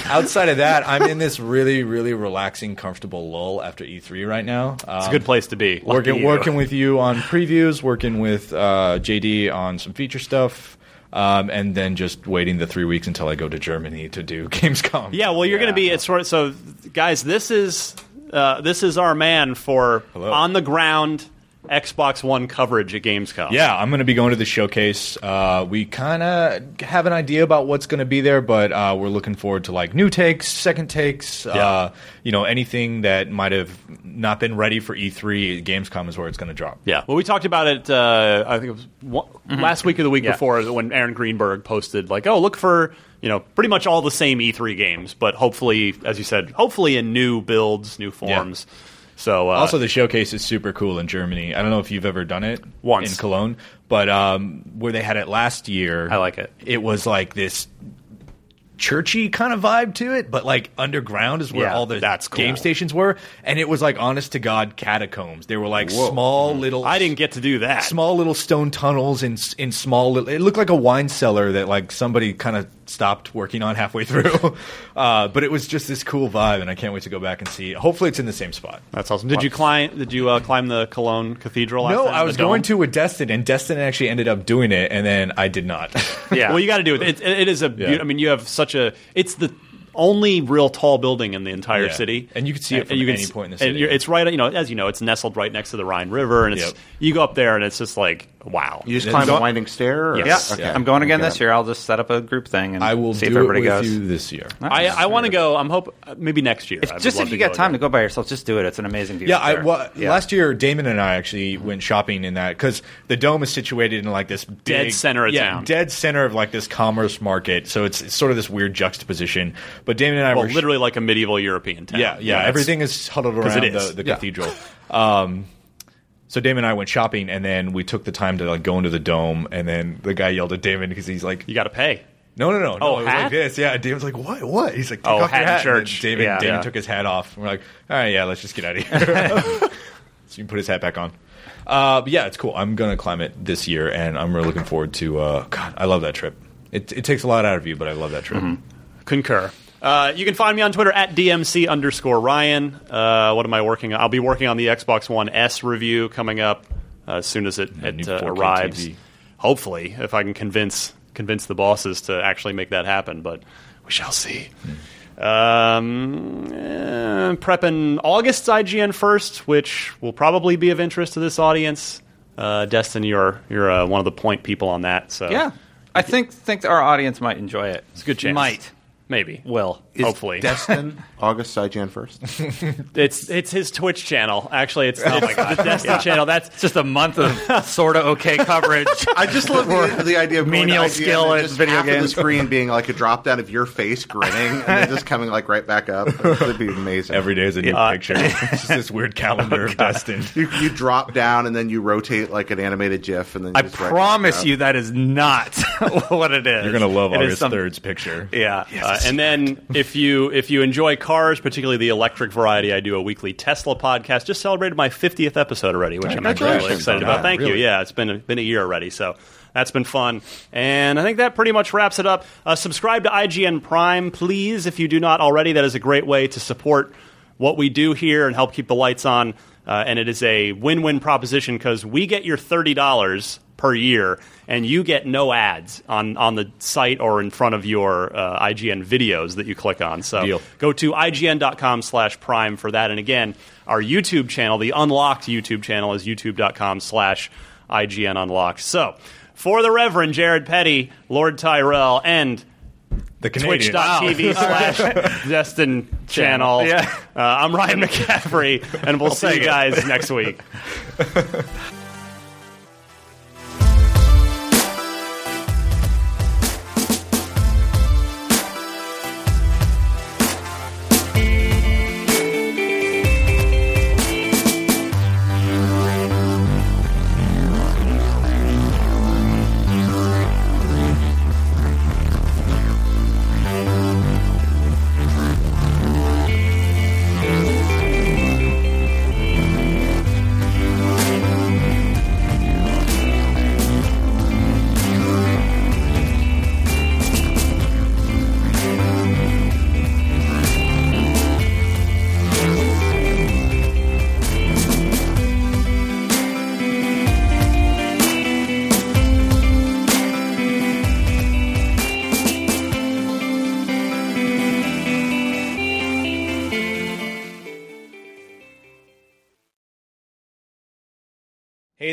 outside of that, I'm in this really, really relaxing, comfortable lull after E3 right now. It's Um, a good place to be. working working with you on previews, working with uh, JD on some feature stuff, um, and then just waiting the three weeks until I go to Germany to do Gamescom. Yeah, well, you're going to be it's sort of so, guys. This is uh, this is our man for Hello. on the ground Xbox One coverage at Gamescom. Yeah, I'm going to be going to the showcase. Uh, we kind of have an idea about what's going to be there, but uh, we're looking forward to like new takes, second takes, uh, you know, anything that might have not been ready for E3. Gamescom is where it's going to drop. yeah. Well, we talked about it. Uh, I think it was one, Mm-hmm. last week or the week before when Aaron Greenberg posted like, "Oh, look for you know pretty much all the same E3 games, but hopefully, as you said, hopefully in new builds, new forms." So uh, Also, the showcase is super cool in Germany. I don't know if you've ever done it Once. in Cologne, but um, where they had it last year, I like it. It was like this churchy kind of vibe to it, but like underground is where Yeah, all the that's cool. game stations were, and it was like honest to god catacombs. They were like small little. Mm-hmm. I didn't get to do that. Small little stone tunnels in s- in small little. It looked like a wine cellar that like somebody kind of stopped working on halfway through, uh, but it was just this cool vibe, and I can't wait to go back and see. Hopefully, it's in the same spot. That's awesome. Did you climb? Did you uh, climb the Cologne Cathedral? last No, time, I the was dome? going to with Destin, and Destin actually ended up doing it, and then I did not. Yeah. Well, you got to do it. it. It is a. beau- Yeah. I mean, you have such a. It's the only real tall building in the entire Yeah. city, And you can see it And from you can any s- point in the And city. you're, it's right. You know, as you know, it's nestled right next to the Rhine River, and it's Yep. you go up there, and it's just like wow. You just climb Go- a winding stair? Or? Yeah, Yes. Okay. I'm going again Okay. this year. I'll just set up a group thing and I will see if do it everybody with goes. you this year. I, I want to go. I'm hope maybe next year. If- I would just love if you go got time again. to go by yourself, just do it. It's an amazing view. Yeah, up I, there. well, Yeah. last year Damon and I actually went shopping in that because the dome is situated in like this big, center of yeah, town. dead center of like this commerce market. So it's, it's sort of this weird juxtaposition. But Damon and I Well, were sh- literally like a medieval European town. yeah, yeah, it's- everything is huddled 'cause around it is. the, the Yeah. cathedral. Um, so Damon and I went shopping, and then we took the time to like go into the dome, and then the guy yelled at Damon because he's like, You got to pay. "No, no, no, no!" Oh, it was hat? like this. Yeah, and Damon's like, "What? What?" He's like, "Take Oh, off hat your in hat." And then church. Damon, Yeah, Damon yeah. took his hat off. And we're like, "All right, yeah, let's just get out of here." so you can put his hat back on. Uh, but yeah, it's cool. I'm gonna climb it this year, and I'm really looking forward to. Uh, God, I love that trip. It, it takes a lot out of you, but I love that trip. Concur. Uh, you can find me on Twitter at DMC underscore Ryan. Uh, what am I working on? I'll be working on the Xbox One S review coming up uh, as soon as it, it new uh, 4K arrives. TV. Hopefully, if I can convince convince the bosses to actually make that happen, but we shall see. Hmm. Um, eh, prepping August's IGN first, which will probably be of interest to this audience. Uh, Destin, you're you're uh, one of the point people on that, so yeah, I think think our audience might enjoy it. it's a good chance. Might maybe will. hopefully Destin, August Saijan first. It's it's his Twitch channel. Actually, it's, it's the Destin channel. That's It's just a month of sort of okay coverage. I just love the, the idea of going to Menial IGN skill and at just video half of the games. screen being like a drop down of your face grinning and then just coming like right back up. It'd be amazing. Every day is a new picture. It's just this weird calendar of Destin. you, you drop down and then you rotate like an animated GIF, and then you I just right back promise up. you that is not what it is. You're gonna love It is August some- third's picture. Yeah. uh, and then if you if you enjoy cars, particularly the electric variety, I do a weekly Tesla podcast. Just celebrated my 50th episode already, which I'm actually really Congratulations excited on about. that, Thank you. really. Yeah, it's been a, been a year already, so that's been fun. And I think that pretty much wraps it up. Uh, subscribe to IGN Prime, please, if you do not already. That is a great way to support what we do here and help keep the lights on. Uh, and it is a win win proposition because we get your thirty dollars per year, and you get no ads on on the site or in front of your uh, IGN videos that you click on. So Deal. go to ign.com slash prime for that. And again, our YouTube channel, the unlocked YouTube channel, is youtube.com slash IGN unlocked. So for the Reverend Jared Petty, Lord Tyrell, and The Canadian. twitch.tv slash Destin channel, Yeah. uh, I'm Ryan McCaffrey, and we'll see you guys next week. Hey